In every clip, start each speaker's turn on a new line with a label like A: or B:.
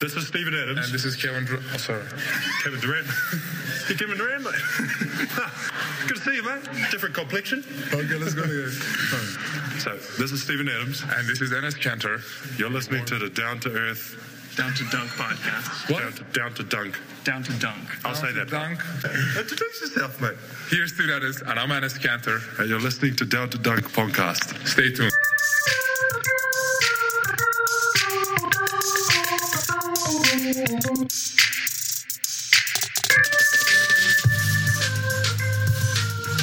A: This is Stephen Adams.
B: And this is Kevin. Dr- oh, sorry.
A: Kevin Durant. you Kevin Durant, mate. Good to see you, mate. Different complexion.
B: Okay, let's go. Again. Sorry.
A: So, this is Stephen Adams.
B: And this is Ennis Cantor.
A: You're listening to the Down to Earth,
C: Down to Dunk podcast.
A: Down to, down to Dunk.
C: Down to Dunk.
A: I'll say that.
B: Dunk.
A: Introduce yourself, mate.
B: Here's Stu Addis, and I'm Ennis Cantor.
A: And you're listening to Down to Dunk podcast.
B: Stay tuned.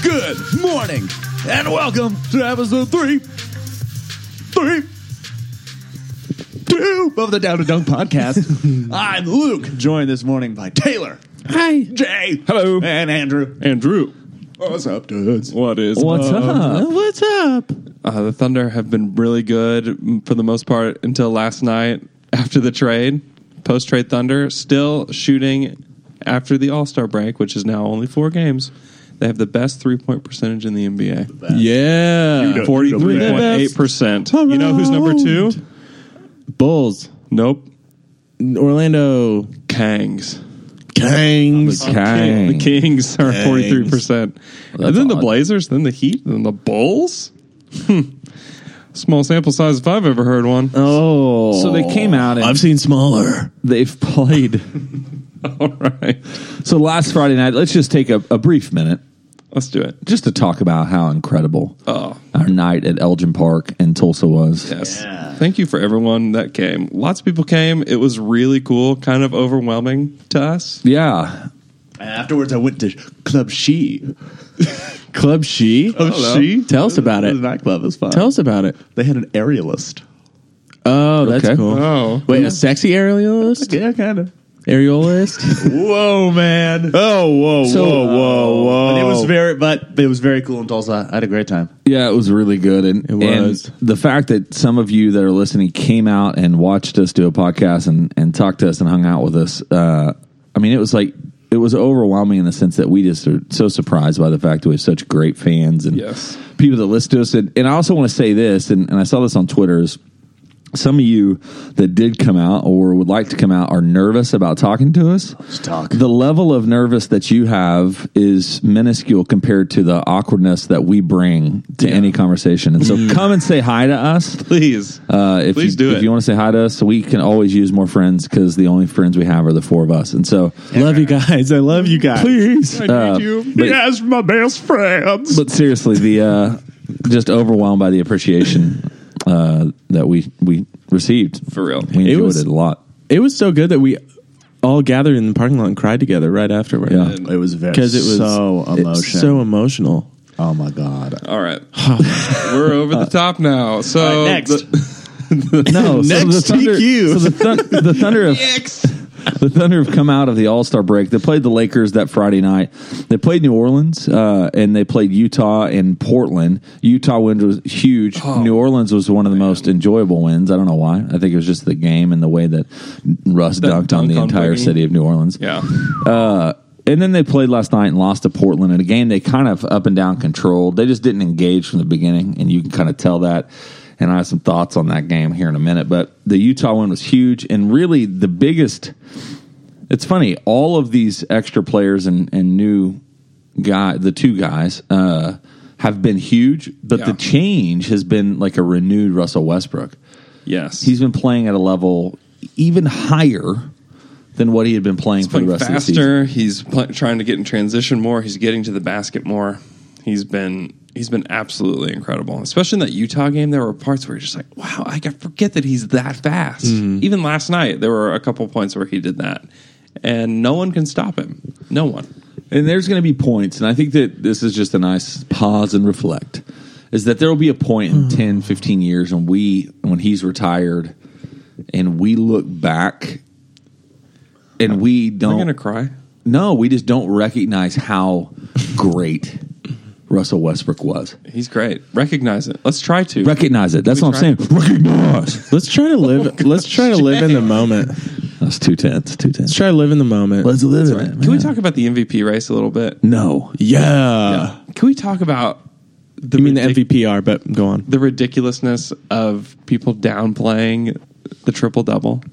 D: Good morning and welcome to episode three, three, two of the Down to Dunk podcast. I'm Luke, joined this morning by Taylor,
E: Hi.
D: Jay,
E: Hello.
D: and Andrew.
E: Andrew.
D: What's up, dudes?
E: What is
F: What's up?
E: What's up? Uh, the Thunder have been really good mm, for the most part until last night after the trade. Post trade Thunder still shooting after the All Star break, which is now only four games. They have the best three point percentage in the NBA
F: Yeah.
D: know-
E: forty three point eight percent. You know who's number two?
F: Bulls.
E: Nope.
F: Orlando.
E: Kangs.
F: Kangs.
E: The Kings are
F: Kangs.
E: forty three percent.
F: Well,
E: And then the
F: that's odd.
E: Blazers, then the Heat, then the Bulls. Hmm. Small sample size if I've ever heard one.
F: Oh.
D: So they came out and-
F: I've seen smaller.
D: They've played.
E: All right.
D: So last Friday night, let's just take a, a brief minute
E: Let's do it.
D: just to talk about how incredible
E: Oh.
D: our night at Elgin Park in Tulsa was.
E: Yes. Thank you for everyone that came. Lots of people came. It was really cool, kind of overwhelming to us.
D: Yeah.
F: And afterwards, I went to Club She.
E: Club She? Club She?
F: Tell us about it.
E: nightclub is fun.
F: Tell us
E: about it.
F: They had an aerialist.
E: Oh,
F: that's cool.
E: Oh.
F: Wait, a sexy aerialist?
E: Yeah, kind of.
F: Aerialist?
E: Whoa, man.
F: oh, whoa,
D: So-
F: whoa. uh, But it was very, but it was very cool in Tulsa. I had a great time.
D: Yeah, it was really good, and
F: It
D: and
F: was.
D: the fact that some of you that are listening came out and watched us do a podcast and and talked to us and hung out with us. Uh, I mean, it was like it was overwhelming in the sense that we just are so surprised by the fact that we have such great fans and
E: Yes.
D: people that listen to us. And, and I also want to say this, and, and I saw this on Twitter is some of you that did come out or would like to come out are nervous about talking to us.
F: talk.
D: The level of nervous that you have is minuscule compared to the awkwardness that we bring to any conversation. And so come and say hi to us.
E: Please.
D: Uh, if
E: Please
D: you,
E: do
D: if
E: it.
D: you want to say hi to us, we can always use more friends because the only friends we have are the four of us. And so,
F: Love you guys. I love you guys.
D: please, uh, but-
F: guys are my best friends.
D: but seriously, the uh, just overwhelmed by the appreciation uh, that we we received
E: For real.
D: We
E: It
D: enjoyed it,
F: was-
D: a lot.
E: It was so good that we.
G: all gathered in the parking lot and cried together right afterward.
D: Yeah.
F: It was very
G: 'Cause it was-
F: so emotional.
G: So emotional.
F: oh my god.
E: All right. We're over the top now. So
F: All right, next.
E: the-
D: No,
F: Next TQ.
D: So the, thun- the Thunder have, the Thunder have come out of the All Star break. They played the Lakers that Friday night. They played New Orleans uh, and they played Utah and Portland. Utah win was huge. New Orleans was one of the most enjoyable wins. I don't know why. I think it was just the game and the way that Russ
E: That
D: dunked on
E: dunk
D: the
E: on
D: entire
E: Boogie.
D: city of New Orleans.
E: yeah.
D: And then they played last night and lost to Portland in a game they kind of up and down controlled. They just didn't engage from the beginning, and you can kind of tell that. And I have some thoughts on that game here in a minute. But the Utah one was huge, and really the biggest. It's funny, all of these extra players and, and new guy, the two guys, uh, have been huge, but
E: Yeah.
D: the change has been like a renewed Russell Westbrook
E: Yes.
D: he's been playing at a level even higher than what he had been playing
E: He's
D: for the
E: playing
D: rest of the season.
E: faster. He's pl- trying to get in transition more. He's getting to the basket more. He's been he's been absolutely incredible. Especially in that Utah game, there were parts where you're just like, wow, I can forget that he's that fast.
D: Mm-hmm.
E: Even last night, there were a couple points where he did that, and no one can stop him. No one.
D: And there's going to be points, and I think that this is just a nice pause and reflect. Is that there will be a point in 10, 15 years when we, when he's retired, and we look back, and we
E: I'm
D: don't.
E: gonna cry.
D: no, we just don't recognize how great Russell Westbrook was.
E: He's great. Recognize it. Let's try to.
D: Recognize it. That's
E: We
D: what I'm saying. Recognize.
G: Let's try to live. let's try to live in the moment.
D: That's
G: Let's
D: too tense. Too tense.
G: try to live in the moment.
D: Let's live in it.
E: can we
D: man.
E: talk about the MVP race a little bit?
D: No.
G: yeah.
E: Can we talk about the
G: You mean the
E: ridic-
G: MVPR? But go on.
E: the ridiculousness of people downplaying the triple double.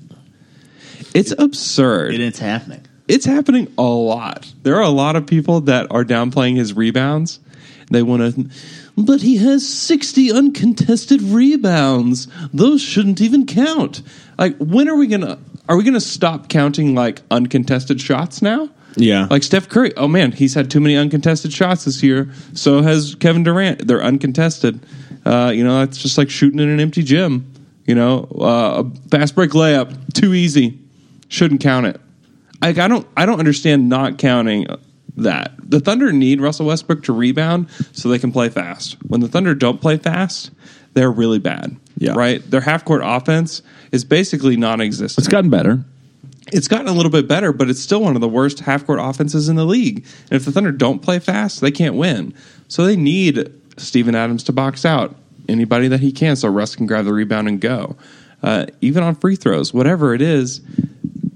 E: It's absurd.
F: And it's happening.
E: it's happening a lot. There are a lot of people that are downplaying his rebounds. They want to, but he has 60 uncontested rebounds. Those shouldn't even count. Like, when are we going to, are we going to stop counting like uncontested shots now?
G: Yeah.
E: Like Steph Curry. Oh man, he's had too many uncontested shots this year. So has Kevin Durant. They're uncontested. Uh, you know, that's just like shooting in an empty gym. You know, uh, a fast break layup, too easy. Shouldn't count it. Like I don't, I don't understand not counting that. The Thunder need Russell Westbrook to rebound so they can play fast. When the Thunder don't play fast, they're really bad.
G: Yeah.
E: Right. Their half court offense is basically non-existent
D: It's gotten better.
E: it's gotten a little bit better, but it's still one of the worst half court offenses in the league. And if the Thunder don't play fast, they can't win. So they need Steven Adams to box out anybody that he can so Russ can grab the rebound and go. Uh, even on free throws, whatever it is,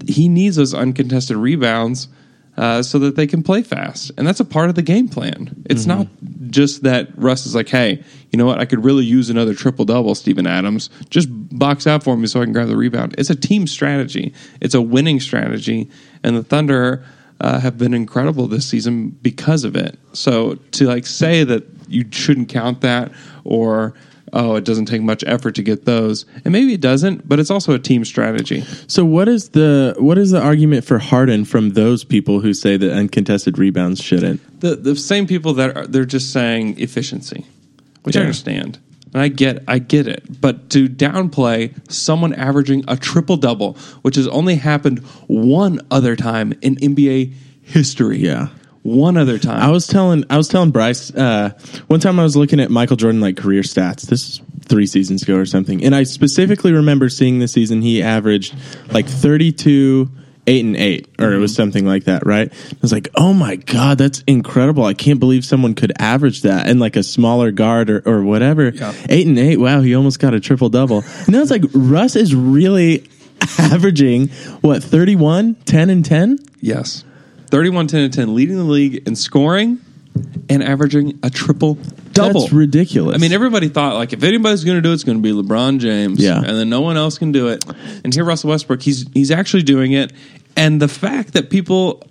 E: he needs those uncontested rebounds uh, so that they can play fast. And that's a part of the game plan. It's not just that Russ is like, hey, you know what? I could really use another triple double, Steven Adams. Just box out for me so I can grab the rebound. It's a team strategy, it's a winning strategy. And the Thunder uh, have been incredible this season because of it. So to like say that you shouldn't count that or. Oh, it doesn't take much effort to get those. And maybe it doesn't, but it's also a team strategy.
G: So what is the what is the argument for Harden from those people who say that uncontested rebounds shouldn't?
E: the the same people that are they're just saying efficiency, which I
G: Yeah.
E: understand. And I get I get it. But to downplay someone averaging a triple double, which has only happened one other time in NBA history.
G: Yeah.
E: One other time.
G: I was telling I was telling Bryce uh, one time I was looking at Michael Jordan like career stats. This is three seasons ago or something, and I specifically remember seeing this season he averaged like thirty two. Eight and eight, or it was
E: Mm-hmm.
G: something like that, right? I was like, "Oh my god, that's incredible! I can't believe someone could average that." And like a smaller guard or, or whatever, eight and eight. Wow, he almost got a triple double. And I was like, "Russ is really averaging what 31, 10 and ten?
E: yes. 31 10 and 10 leading the league in scoring and averaging a triple double.
G: That's ridiculous."
E: I mean, everybody thought like if anybody's going to do it, it's going to be LeBron James.
G: Yeah.
E: and then no one else can do it. And here, Russell Westbrook, he's he's actually doing it. And the fact that people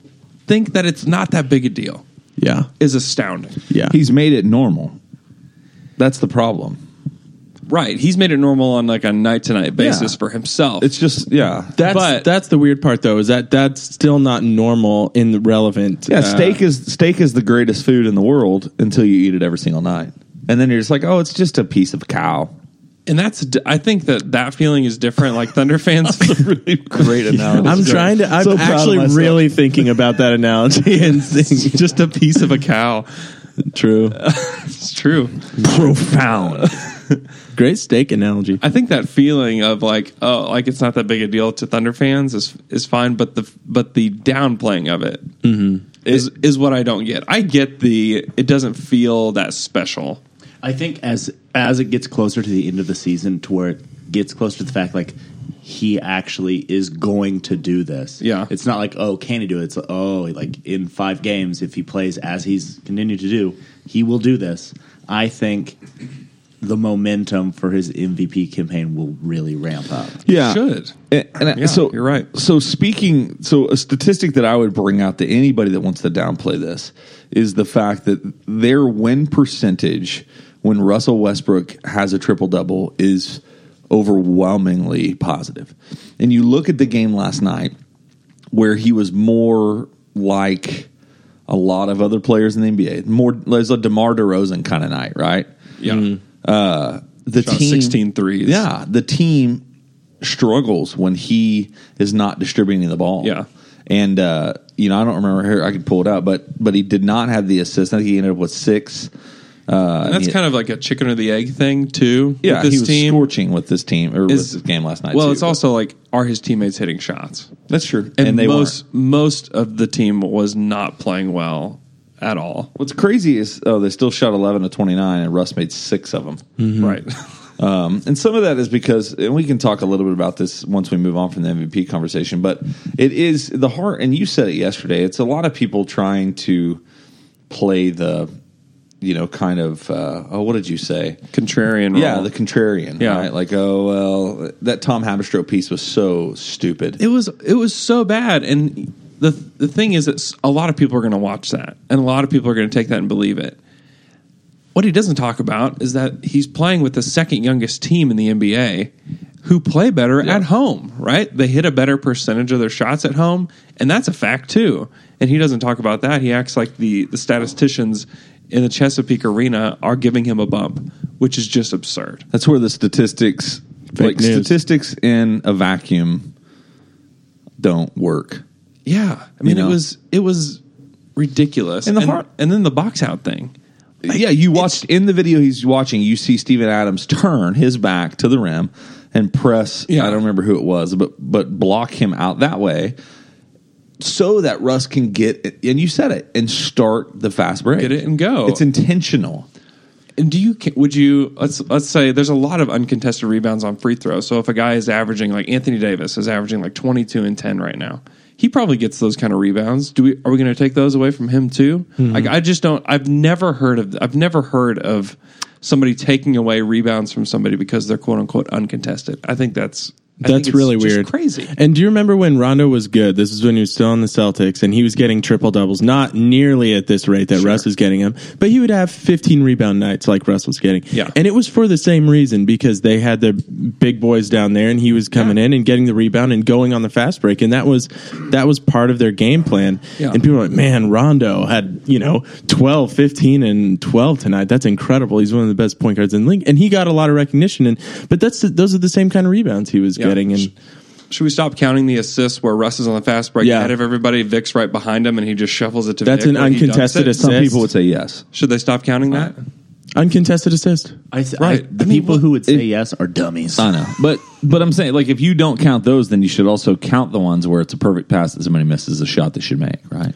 E: think that it's not that big a deal
G: yeah,
E: is astounding.
G: yeah.
D: He's made it normal. That's the problem.
E: Right? He's made it normal on like a night to night basis
D: Yeah.
E: for himself.
D: It's just yeah.
G: That's
E: But-
G: that's the weird part though is that that's still not normal in the relevant.
D: yeah,
G: uh,
D: steak is steak is the greatest food in the world until you eat it every single night. And then you're just like, "Oh, it's just a piece of cow."
E: and that's I think that that feeling is different. Like Thunder fans, it's a really
D: Great analogy.
G: I'm trying to. I'm
D: So proud of
G: actually
D: myself.
G: really thinking about that analogy and thinking.
E: just a piece of a cow.
G: True,
E: It's true.
D: profound.
G: great steak analogy.
E: I think that feeling of like, oh, like it's not that big a deal to Thunder fans is is fine, but the but the downplaying of it is
D: Mm-hmm.
E: is what I don't get. I get the it doesn't feel that special.
F: I think as as it gets closer to the end of the season, to where it gets closer to the fact like he actually is going to do this.
E: Yeah.
F: it's not like oh can he do it? It's like, oh like in five games if he plays as he's continued to do, he will do this. I think the momentum for his MVP campaign will really ramp up.
D: yeah.
E: It should
D: And, and I-
E: Yeah,
D: so
E: you're right.
D: So speaking, so a statistic that I would bring out to anybody that wants to downplay this is the fact that their win percentage when Russell Westbrook has a triple double is overwhelmingly positive. And you look at the game last night where he was more like a lot of other players in the NBA, more it was a DeMar DeRozan kind of night, right?
E: yeah.
D: The
E: Shot
D: team
E: 16 threes.
D: yeah, the team struggles when he is not distributing the ball.
E: Yeah.
D: and uh, you know I don't remember here. I could pull it up, but but he did not have the assist. I think he ended up with six.
E: And that's
D: yeah.
E: kind of like a chicken or the egg thing too.
D: Yeah,
E: with
D: he
E: this
D: was
E: team
D: scorching with this team or
E: Is-
D: with this game last night.
E: Well,
D: too,
E: it's
D: but-
E: also like are his teammates hitting shots?
D: that's true,
E: And,
D: and, they
E: most most
D: most.
E: of the team was not playing well at all.
D: What's crazy is oh they still shot eleven to twenty nine, and Russ made six of them.
E: Right.
D: Um, and some of that is because, and we can talk a little bit about this once we move on from the MVP conversation, but it is the heart, and you said it yesterday, it's a lot of people trying to play the you know, kind of, uh, oh, what did you say?
E: Contrarian.
D: Yeah,
E: role.
D: the contrarian.
E: Yeah.
D: Right? Like, oh, well, that Tom Haberstroh piece was so stupid.
E: it was it was so bad and the the thing is that s- a lot of people are going to watch that and a lot of people are going to take that and believe it what he doesn't talk about is that he's playing with the second youngest team in the NBA who play better at home, right? They hit a better percentage of their shots at home, and that's a fact too. And he doesn't talk about that. He acts like the the statisticians in the Chesapeake Arena are giving him a bump, which is just absurd.
D: That's where the statistics, like
G: news.
D: statistics in a vacuum, don't work.
E: Yeah, I mean
D: You know?
E: it was it was ridiculous.
D: And the heart-
E: and then the box out thing.
D: yeah, you watched in the video he's watching, you see Steven Adams turn his back to the rim and press
E: Yeah.
D: I don't remember who it was, but but block him out that way so that Russ can get and you said it and start the fast break.
E: Get it and go.
D: It's intentional.
E: And do you would you let's let's say there's a lot of uncontested rebounds on free throws. So if a guy is averaging like Anthony Davis is averaging like 22 and 10 right now, he probably gets those kind of rebounds. Do we are we going to take those away from him too?
D: Mm-hmm.
E: Like I just don't. I've never heard of I've never heard of somebody taking away rebounds from somebody because they're quote unquote uncontested. I think that's I think
G: That's
E: it's
G: really
E: just
G: weird.
E: crazy.
G: And do you remember when Rondo was good? This is when he was still on the Celtics and he was getting triple doubles, not nearly at this rate that Russ is getting him, but he would have 15 rebound nights like Russ was getting.
E: Yeah.
G: And it was for the same reason because they had their big boys down there and he was coming in and getting the rebound and going on the fast break. And that was that was part of their game plan.
E: Yeah.
G: And people were like, man, Rondo had, you know, 12, 15, and 12 tonight. That's incredible. He's one of the best point guards in the league. And he got a lot of recognition. And But that's those are the same kind of rebounds he was
E: Yeah.
G: getting. And
E: Should we stop counting the assists where Russ is on the fast break
G: Yeah.
E: ahead of everybody? Vic's right behind him, and he just shuffles it to.
G: That's
E: Vic
G: an
E: where he dunks it?
G: uncontested assist.
D: Some people would say yes.
E: Should they stop counting that?
G: Uncontested assist.
F: I, th-
E: Right.
F: I, the
E: I mean,
F: people
E: what-
F: who would say yes are dummies.
D: I know. But but I'm saying like if you don't count those, then you should also count the ones where it's a perfect pass that somebody misses a shot they should make, right?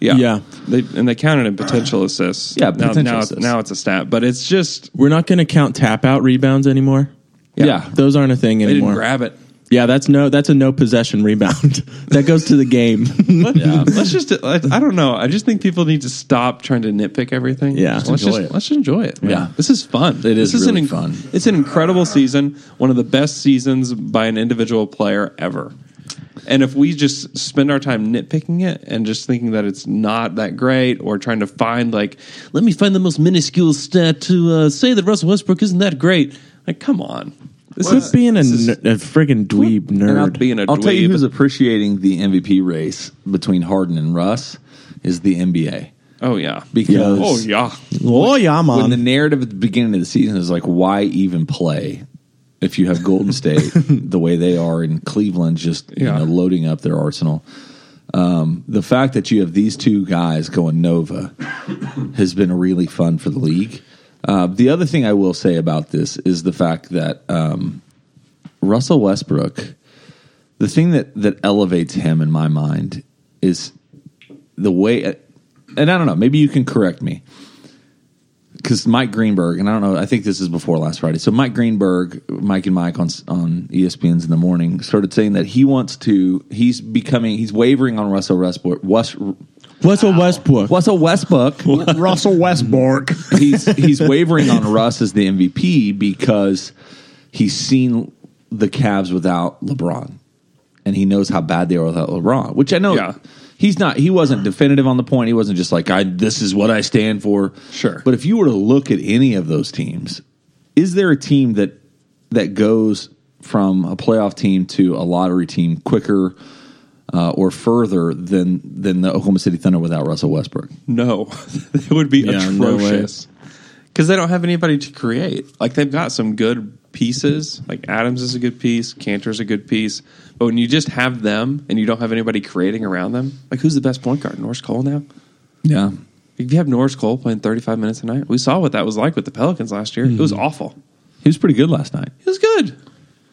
E: Yeah.
G: Yeah.
E: They, and they counted in potential assists.
D: Yeah,
E: Now,
D: potential
E: now,
D: assists.
E: now it's a stat, but it's just
G: We're not going to count tap out rebounds anymore.
D: Yeah.
G: Those aren't a thing
E: they didn't
G: anymore.
E: grab it.
G: yeah, that's no. That's a no possession rebound. that goes to the game.
E: yeah. Um, Let's just, I I don't know. I just think people need to stop trying to nitpick everything.
G: Yeah.
E: Let's
F: Enjoy
E: just,
F: it.
E: let's enjoy it. man.
D: Yeah.
E: This is fun.
D: It is
E: this
D: really
E: an,
D: fun.
E: It's an incredible season, one of the best seasons by an individual player ever. And if we just spend our time nitpicking it and just thinking that it's not that great or trying to find, like, let me find the most minuscule stat to uh, say that Russell Westbrook isn't that great, like, come on. This
G: Quit being a,
E: is-
G: ner- a friggin' dweeb
E: and
G: nerd.
E: not being a
D: I'll tell you
E: dweeb.
D: who's appreciating the MVP race between Harden and Russ is the NBA.
E: Oh yeah.
D: Because
E: oh yeah.
G: oh yeah,
D: when the
G: man.
D: narrative at the beginning of the season is like, why even play if you have Golden State the way they are in Cleveland, just you
E: Yeah.
D: know, loading up their arsenal? Um, the fact that you have these two guys going Nova has been really fun for the league. Uh, the other thing I will say about this is the fact that um, Russell Westbrook, the thing that that elevates him in my mind is the way, and I don't know, maybe you can correct me because Mike Greenberg, and I don't know, I think this is before last Friday. So Mike Greenberg, Mike and Mike on on E ESPN's in the morning started saying that he wants to. He's becoming. He's wavering on Russell Westbrook. West,
G: What's a Westbrook?
D: Russell Westbrook.
F: Russell Westbrook.
D: he's he's wavering on Russ as the MVP because he's seen the Cavs without LeBron, and he knows how bad they are without LeBron. Which I know
E: Yeah.
D: he's not. He wasn't definitive on the point. He wasn't just like I. This is what I stand for.
E: Sure.
D: But if you were to look at any of those teams, is there a team that that goes from a playoff team to a lottery team quicker? Uh, or further than than the Oklahoma City Thunder without Russell Westbrook.
E: No. it would be
G: Yeah, no way.
E: atrocious. Because they don't have anybody to create. Like they've got some good pieces. Like Adams is a good piece, Cantor's a good piece. But when you just have them and you don't have anybody creating around them, like who's the best point guard? Norris Cole now?
D: Yeah,
E: If you have Norris Cole playing 35 minutes a night, we saw what that was like with the Pelicans last year. It
D: Mm-hmm.
E: was awful.
D: he was pretty good last night.
E: It was good.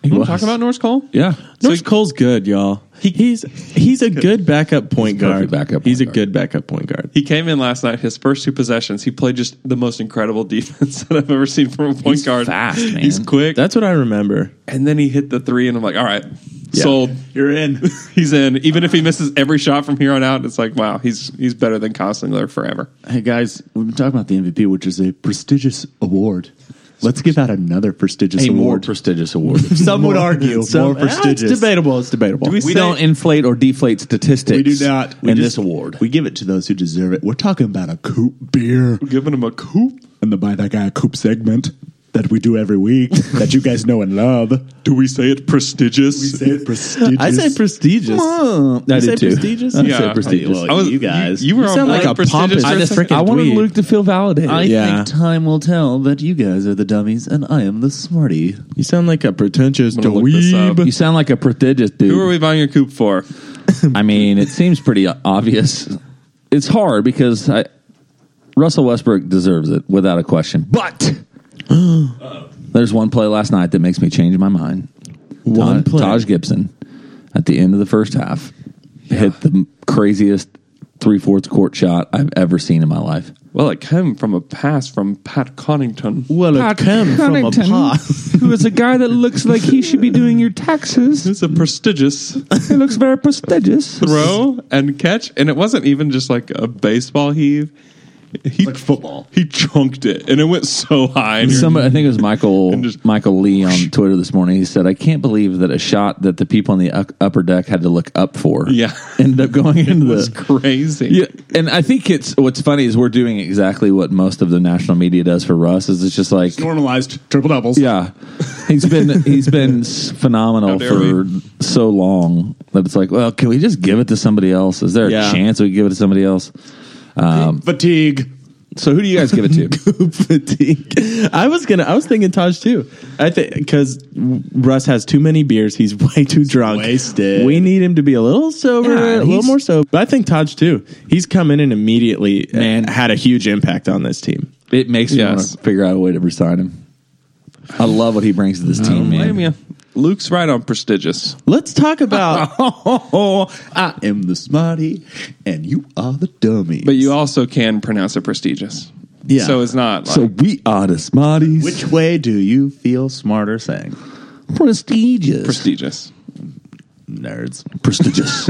E: You want to
D: was.
E: talk about Norris Cole?
D: Yeah.
G: Norris Cole's good, y'all. he's he's a good backup point
D: perfect
G: guard.
D: backup point
G: he's a
D: guard.
G: good backup point guard.
E: He came in last night. His first two possessions, he played just the most incredible defense that I've ever seen from a point
D: He's
E: guard.
D: fast, man.
E: He's quick,
G: That's what I remember.
E: and then he hit the three, and I'm like, all right, Sold.
F: You're in.
E: He's in. Even if he misses every shot from here on out, it's like wow, he's he's better than Costlinger forever.
F: Hey guys, we've been talking about the MVP, which is a prestigious award. Let's give out another prestigious
D: a more
F: award.
D: prestigious award.
F: Some would argue more
G: Ah,
F: prestigious.
G: It's debatable. It's debatable.
D: we don't inflate or deflate statistics.
F: We do not. We
D: in this
F: just-
D: award.
F: We give it to those who deserve it. We're talking about a coop beer
E: Giving him a coup.
F: and the buy that guy a coop segment that we do every week that you guys know and love.
E: Do we say it prestigious?
F: We say it prestigious.
G: I say prestigious.
D: Mm, I did
G: You say
D: too.
G: prestigious?
D: I
G: Yeah.
D: said prestigious.
F: Well, you guys.
E: You, were on
G: sound
E: board
G: like a
E: prestigious
G: pompous-
E: or
D: I just
E: something?
D: I wanted
G: dweeb.
D: Luke to feel validated.
F: I
G: Yeah.
F: think time will tell that you guys are the dummies and I am the smarty.
G: You sound like a pretentious
E: I'm gonna look this up.
G: dweeb.
D: you sound like a prodigious dude.
E: Who are we buying a coupe for?
D: I mean, it seems pretty o- obvious. It's hard because I, Russell Westbrook deserves it without a question. But there's one play last night that makes me change my mind.
G: One
D: Ta-
G: play.
D: Taj Gibson at the end of the first half hit the m- craziest three fourths court shot I've ever seen in my life.
E: Well, it came from a pass from Pat Connington.
G: Well, it came from a pot.
D: who is a guy that looks like he should be doing your taxes.
E: It's a prestigious
D: He looks very prestigious.
E: throw and catch, and it wasn't even just like a baseball heave. He
F: Like football.
E: He chunked it, and it went so high. And
D: Some, I think it was Michael
E: And just-
D: Michael Lee on Twitter this morning. He said, "I can't believe that a shot that the people on the u- upper deck had to look up for,
E: Yeah.
D: ended up going into
E: it was
D: the."
E: crazy.
D: Yeah, and I think it's what's funny is we're doing exactly what most of the national media does for Russ. Is it's just like,
F: Normalized triple doubles.
D: yeah, he's been he's been s-
E: How
D: phenomenal
E: dare
D: for so long that it's like, well, can we just give it to somebody else? Is there
G: Yeah.
D: a chance we give it to somebody else?
F: Fatigue.
D: So who do you guys give it to?
G: Poop fatigue. I was gonna. I was thinking Taj too. I think because Russ has too many beers. He's way too drunk.
F: wasted.
G: We need him to be a little sober,
D: Yeah,
G: a little
D: he's-
G: more sober. But I think Taj too. He's come in and immediately
D: Man.
G: and had a huge impact on this team.
D: It makes me want
E: Yes.
D: to figure out a way to resign him. I love what he brings to this team, man.
E: Blame ya. Luke's right on prestigious.
G: Let's talk about.
D: Oh,
F: I am the smarty and you are the dummy.
E: But you also can pronounce it prestigious.
F: Yeah.
E: So it's not like,
D: So we are the smarties.
F: Which way do you feel smarter saying?
D: prestigious.
E: prestigious.
F: Nerds.
D: prestigious.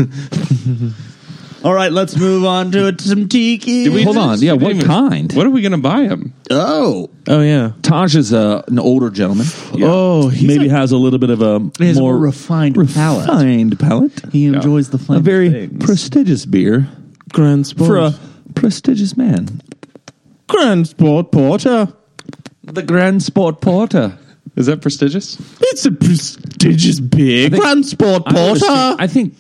F: All right, let's move on to some tiki.
D: Hold on. Yeah, what kind?
E: What are we going to buy him?
F: Oh,
G: Oh yeah.
D: Taj is uh, an older gentleman.
G: Oh, he's
D: Maybe
G: a-
D: has a little bit of a
F: He has a
D: more
F: more refined palate.
D: refined palate.
F: he enjoys the fun.
D: a very
F: things.
D: prestigious beer
G: grand sport
D: for a prestigious man.
G: grand sport porter.
D: The Grand Sport Porter.
E: Is that prestigious?
G: It's a prestigious beer.
D: think-
G: Grand sport
D: I would
G: porter.
D: assume- I think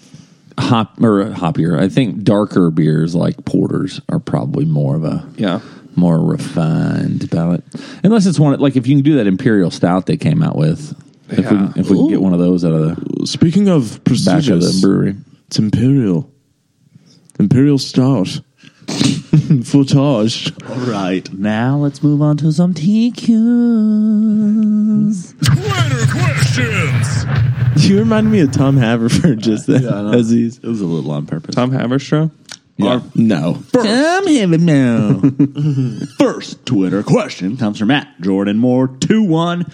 D: hop or uh, hoppier. I think darker beers like porters are probably more of a
E: Yeah.
D: more refined palate. Unless it's one like if you can do that imperial stout they came out with. If we
E: Yeah.
D: if we can get one of those out of the
G: Speaking
D: back
G: of
D: of the
G: prestigious,
D: brewery.
G: it's imperial, imperial stout, footage.
F: All right, now let's move on to some TQs.
B: Twitter questions.
G: You remind me of Tom Haverford just then. as he's
F: It was a little on purpose.
E: Tom Haverstraw?
G: no.
F: I'm having now. First Twitter question comes from at Jordan Moore two one.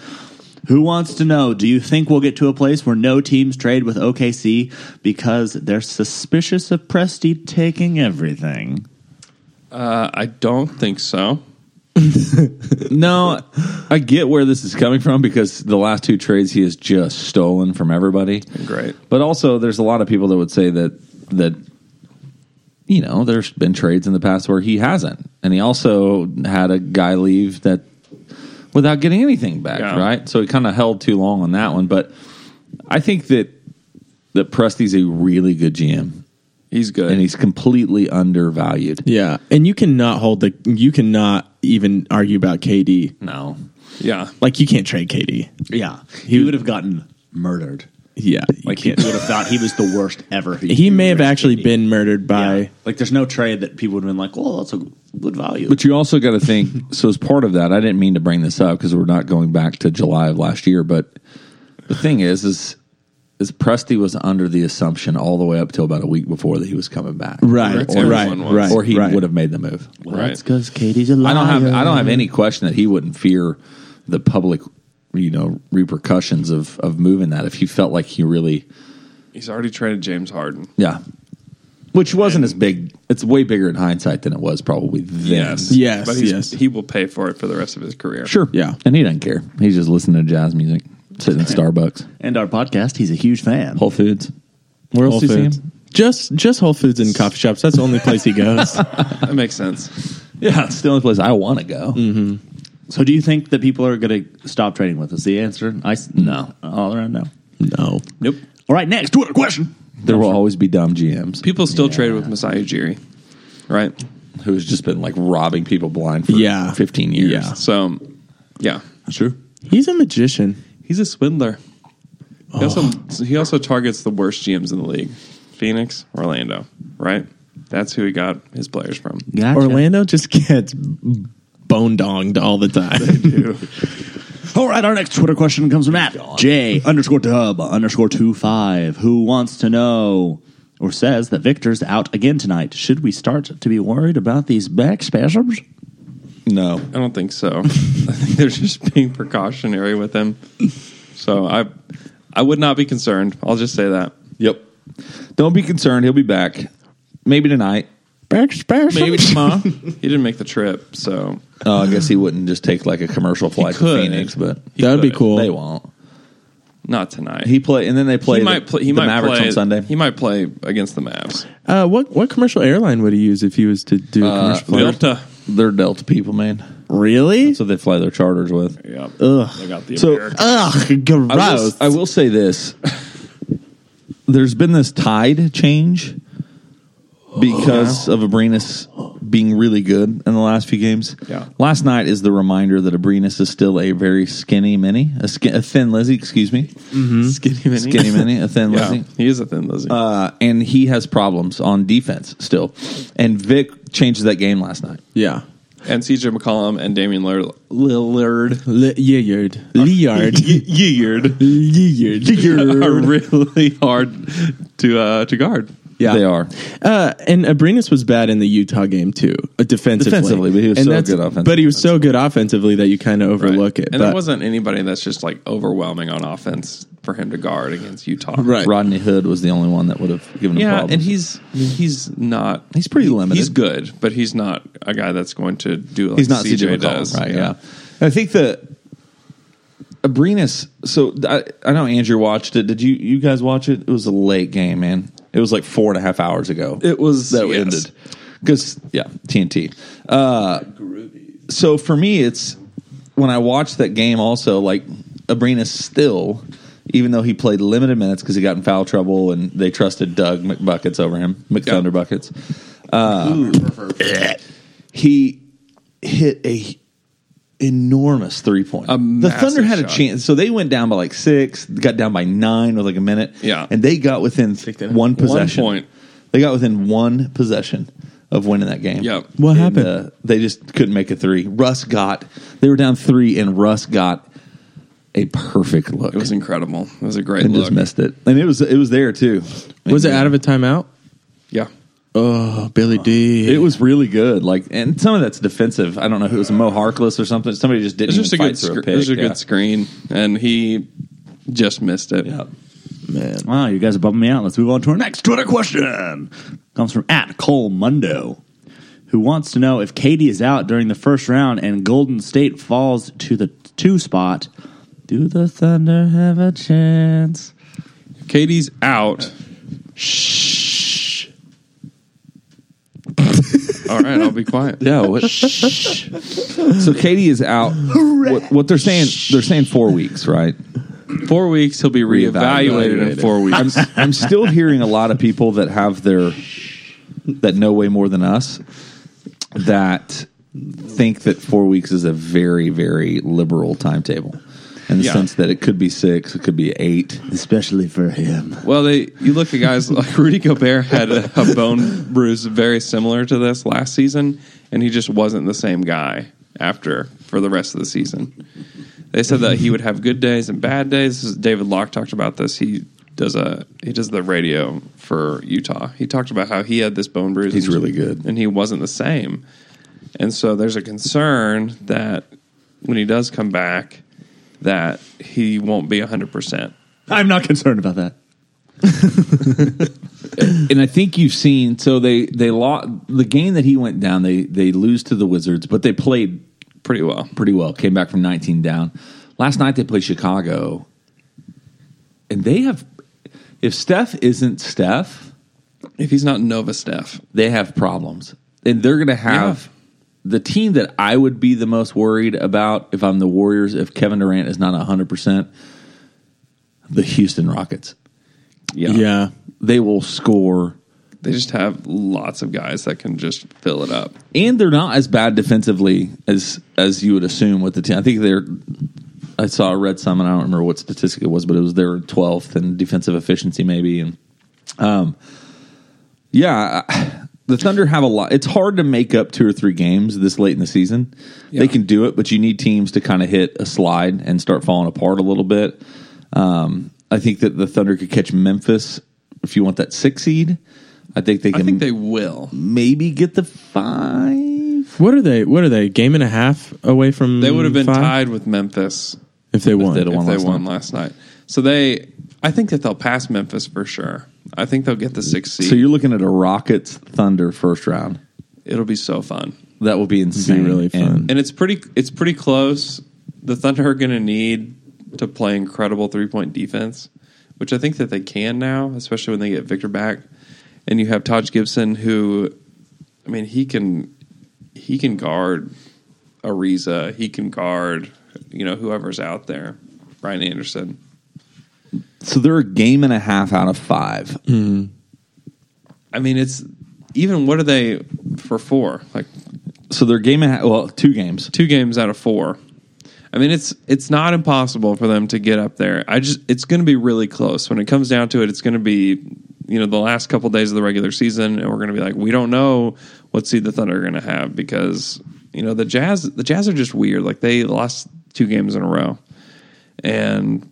F: Who wants to know? Do you think we'll get to a place where no teams trade with OKC because they're suspicious of Presti taking everything?
E: Uh, I don't think so.
D: No, I get where this is coming from because the last two trades he has just stolen from everybody.
E: Great.
D: But also there's a lot of people that would say that that you know, there's been trades in the past where he hasn't. And he also had a guy leave that without getting anything back,
E: Yeah.
D: right? So he kind of held too long on that one, but I think that that Presti's a really good GM
E: He's good.
D: and he's completely undervalued.
G: Yeah, and you cannot hold the. You cannot even argue about KD.
D: No.
E: yeah.
G: Like you can't trade KD.
F: Yeah, he would have gotten murdered.
G: Yeah, you
F: Like
G: can't.
F: people would have thought he was the worst ever.
G: He may have actually been murdered by.
F: Yeah. Like there's no trade that people would have been like, "Well, that's a good value."
D: But you also got to think. so as part of that, I didn't mean to bring this up because we're not going back to July of last year. But the thing is, is is Presti was under the assumption all the way up till about a week before that he was coming back,
G: Right,
E: That's
G: right, right,
E: everyone was.
D: Or he
G: right.
D: would have made the move.
F: well, that's
E: Right.
F: because Katie's a liar.
D: I don't have I don't have any question that he wouldn't fear the public, you know, repercussions of of moving that if he felt like he really
E: He's already traded James Harden.
D: Yeah. Which wasn't as big. It's way bigger in hindsight than it was probably then.
G: Yes,
E: But he's,
G: yes.
E: he will pay for it for the rest of his career.
D: Sure.
G: Yeah.
D: And he doesn't care. He's just listening to jazz music, sitting in Starbucks,
F: And our podcast, he's a huge fan.
D: Whole Foods. Where else do you see him?
G: Just just Whole Foods and coffee shops. That's the only place he goes.
E: That makes sense.
D: Yeah, Mm-hmm. it's the only place I want to go.
F: So, do you think that people are going to stop trading with us? The answer, I s-
D: No.
F: all around no.
G: no.
E: Nope.
F: All right, next Twitter question.
D: There will always be dumb GMs
E: People still trade with Masai Ujiri, right?
D: who's just been like robbing people blind for
G: Yeah.
D: 15 years.
G: Yeah.
E: So, yeah,
D: True.
G: He's a magician.
E: he's a swindler. He also he also targets the worst GMs in the league: Phoenix, Orlando, right? That's who he got his players from.
F: Gotcha.
G: Orlando just gets bone donged all the time.
F: All right, our next Twitter question comes from at J underscore dub underscore two five, who wants to know or says that Victor's out again tonight. Should we start to be worried about these back spasms?
E: I
D: No.
E: don't think so. I think they're just being precautionary with him. So I I would not be concerned. I'll just say that.
D: Yep. Don't be concerned. He'll be back. Maybe tonight.
G: Back special.
D: Maybe tomorrow.
E: He didn't make the trip, so
D: oh, I guess he wouldn't just take like a commercial flight to
E: could.
D: Phoenix, but
E: he
G: That'd be
E: could.
G: cool.
D: they won't.
E: Not tonight.
D: He play and then they play.
E: he
D: the-
E: might play. He
D: the
E: might
D: Mavericks
E: play
D: on Sunday.
E: He might play against the Mavs.
G: Uh, what what commercial airline would he use if he was to do
D: Uh,
G: a commercial flight?
E: Delta.
D: They're Delta people, man.
G: Really?
D: So they fly their charters with.
E: Yeah.
G: Ugh.
E: They got the
D: So-
E: American.
G: Ugh,
D: I will,
G: gross.
D: I will say this: there's been this tide change because of Abrinas being really good in the last few games.
E: Yeah.
D: Last night is the reminder that Abrinas is still a very skinny mini, a, skin, a thin Lizzie, excuse me,
E: Skinny mini.
D: Mm-hmm. skinny mini, a thin
E: Yeah,
D: Lizzie.
E: he is a thin Lizzie.
D: Uh, and he has problems on defense still. And Vic changed that game last night.
G: yeah.
E: and CJ McCollum and Damian Lillard. Lillard.
G: Le- Lillard. Lillard.
E: Yeared are really hard to uh, to guard.
G: Yeah.
D: They are.
G: Uh, and Abrinas was bad in the Utah game too, uh, defensively.
D: Defensively, but he was
G: And
D: so
G: that's-
D: good offensively.
G: But he was so good offensively that you kind of
E: Right.
G: overlook it.
E: And
G: but,
E: there wasn't anybody that's just like overwhelming on offense for him to guard against Utah.
G: Right.
D: Rodney Hood was the only one that would have given him
E: Yeah,
D: problems.
E: and he's he's not
D: He's pretty
E: he-
D: limited.
E: He's good, but he's not a guy that's going to do like
D: he's not
E: CJ,
D: CJ, McCollum,
E: does.
D: right? Yeah. And I think the Abrinas. So I, I know Andrew watched it. Did you you guys watch it? It was a late game, man. It was like four and a half hours ago.
E: It was-
D: that
E: yes.
D: ended because yeah, TNT. Uh, so for me, it's when I watched that game. Also, like Abrinas still. Even though he played limited minutes because he got in foul trouble and they trusted Doug McBuckets over him, McThunderbuckets, uh, he hit a enormous three point. The
E: massive
D: Thunder had a
E: shot.
D: chance, so they went down by like six, got down by nine with like a minute,
E: Yeah.
D: and they got within
G: that.
D: one possession.
E: point.
D: They got within one possession of winning that game.
E: Yeah.
G: What
D: And,
G: happened?
D: uh, they just couldn't make a three. Russ got. They were down three, and Russ got a perfect look
E: It was incredible. It was a great
D: and
E: look.
D: just missed it. And it was it was there too.
G: was it out of a timeout?
E: Yeah.
G: Oh, Billy D.
D: It was really good. Like, and some of that's defensive. I don't know who it was, Mo Harkless or something. Somebody just didn't
E: It's just a
D: even
E: good
D: fight through
E: scr-
D: a pick.
E: it was a
D: yeah.
E: good screen and he just missed it.
D: Yeah.
G: man.
F: Wow, you guys are bumming me out. Let's move on to our next Twitter question. Comes from at Cole Mundo, who wants to know if Katie is out during the first round and Golden State falls to the two spot. Do the Thunder have a chance?
E: Katie's out. Shh. All right, I'll be quiet.
D: Yeah. What? so Katie is out. What, what they're saying? They're saying four weeks, right?
E: Four weeks, he'll be reevaluated in
D: Reevaluated.
E: four weeks.
D: I'm still hearing a lot of people that have their that know way more than us that think that four weeks is a very, very liberal timetable. In the
E: Yeah.
D: sense that it could be six, it could be eight.
F: Especially for him.
E: Well, they you look at guys like Rudy Gobert had a, a bone bruise very similar to this last season, and he just wasn't the same guy after for the rest of the season. They said that he would have good days and bad days. This is- David Locke talked about this. He does a he does the radio for Utah. He talked about how he had this bone bruise.
D: He's really good.
E: and he wasn't the same. And so there's a concern that when he does come back, that he won't be hundred percent.
F: I'm not concerned about that.
D: and I think you've seen. So they they lost the game that he went down. They they lose to the Wizards, but they played
E: Pretty well.
D: pretty well. Came back from 19 down. Last night they played Chicago, and they have. If Steph isn't Steph,
E: If he's not Nova Steph,
D: they have problems, and they're going to have the team that I would be the most worried about if I'm the Warriors. If Kevin Durant is not 100, percent the Houston Rockets,
E: yeah.
G: yeah.
D: they will score.
E: They just have lots of guys that can just fill it up.
D: and they're not as bad defensively as as you would assume with the team. I think they're. I saw I read some, and I don't remember what statistic it was, but it was they were twelfth in defensive efficiency, maybe. And um, yeah, I- the Thunder have a lot. It's hard to make up two or three games this late in the season.
E: Yeah.
D: They can do it, but you need teams to kind of hit a slide and start falling apart a little bit. Um, I think that the Thunder could catch Memphis if you want that six seed. I think they can
E: I think they will.
D: maybe get the five.
G: What are they? What are they? Game and a half away from.
E: They would have been
G: Mm, five?
E: tied with Memphis
G: if they won.
D: they'd have
E: if
D: won
E: they
D: last
E: won
D: night.
E: last night. So they, I think that they'll pass Memphis for sure. I think they'll get the sixth seed.
D: So you're looking at a Rockets Thunder first round.
E: It'll be so fun,
D: That will be insane.
G: really fun.
D: And
E: and it's pretty. It's pretty close. The Thunder are going to need to play incredible three point defense, which I think that they can now, especially when they get Victor back, and you have Taj Gibson, who, I mean, he can, he can guard Ariza. He can guard, you know, whoever's out there. Brian Anderson.
D: so they're a game and a half out of five.
E: I mean, it's even what are they for four? Like
D: So they're game and a half, well, two games.
E: two games out of four. I mean, it's it's not impossible for them to get up there. I just it's going to be really close when it comes down to it. It's going to be you know the last couple days of the regular season, and we're going to be like, we don't know what seed the Thunder are going to have because you know the Jazz the Jazz are just weird. Like they lost two games in a row, and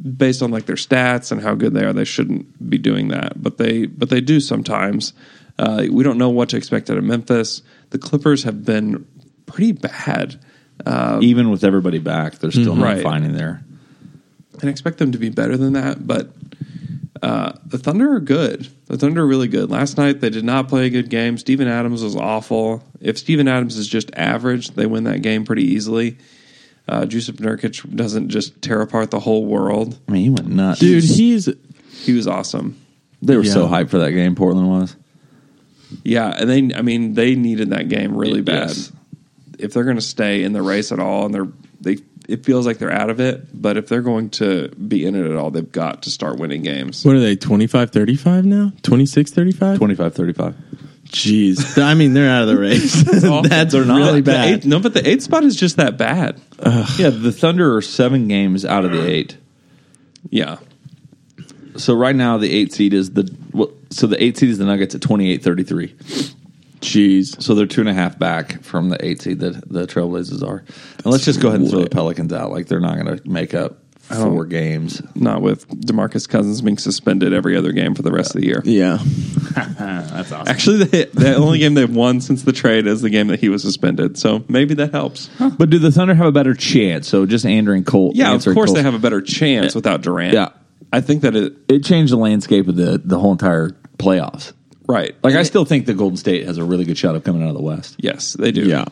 E: based on like their stats and how good they are, they shouldn't be doing that. But they but they do sometimes. Uh, we don't know what to expect out of Memphis. The Clippers have been pretty bad,
D: Even with everybody back, they're still not
E: Oh. Right.
D: finding their.
E: and expect them to be better than that. But uh, the Thunder are good. The Thunder are really good. Last night they did not play a good game. Steven Adams was awful. If Steven Adams is just average, they win that game pretty easily. Uh, Jusuf Nurkic doesn't just tear apart the whole world.
D: I mean, he went nuts.
G: Dude, he's
E: He was awesome.
D: they were so
G: Yeah.
D: hyped for that game. Portland was.
E: Yeah, and they I mean they needed that game really bad.
D: Yes.
E: If they're going to stay in the race at all and they're they it feels like they're out of it, but if they're going to be in it at all, they've got to start winning games.
G: what are they? 25 35 now? 26 35?
D: 25 35.
G: Jeez. I mean, they're out of the race. That's
D: They're not.
E: The
D: The
G: really bad.
E: eight, no, but the eight spot is just that bad.
D: Yeah, the Thunder are seven games out of the eight.
E: Yeah.
D: So right now, the eight seed is the. well, So the eight seed is the Nuggets at 28 33.
G: Jeez.
D: So they're two and a half back from the eight seed that the Trailblazers are. And let's just go ahead and throw the Pelicans out. Like they're not going to make up four games.
E: Not with DeMarcus Cousins being suspended every other game for the rest of the year.
G: Yeah.
F: That's awesome.
E: Actually, they, the only game they've won since the trade is the game that he was suspended. So maybe that helps.
D: But do the Thunder have a better chance? So just Andrew and Colt.
E: Yeah, of
D: answering
E: course
D: Colt's-
E: they have a better chance without Durant.
D: Yeah.
E: I think that it
D: It changed the landscape of the the whole entire playoffs.
E: right.
D: Like I still think the Golden State has a really good shot of coming out of the West.
E: yes, they do.
G: Yeah.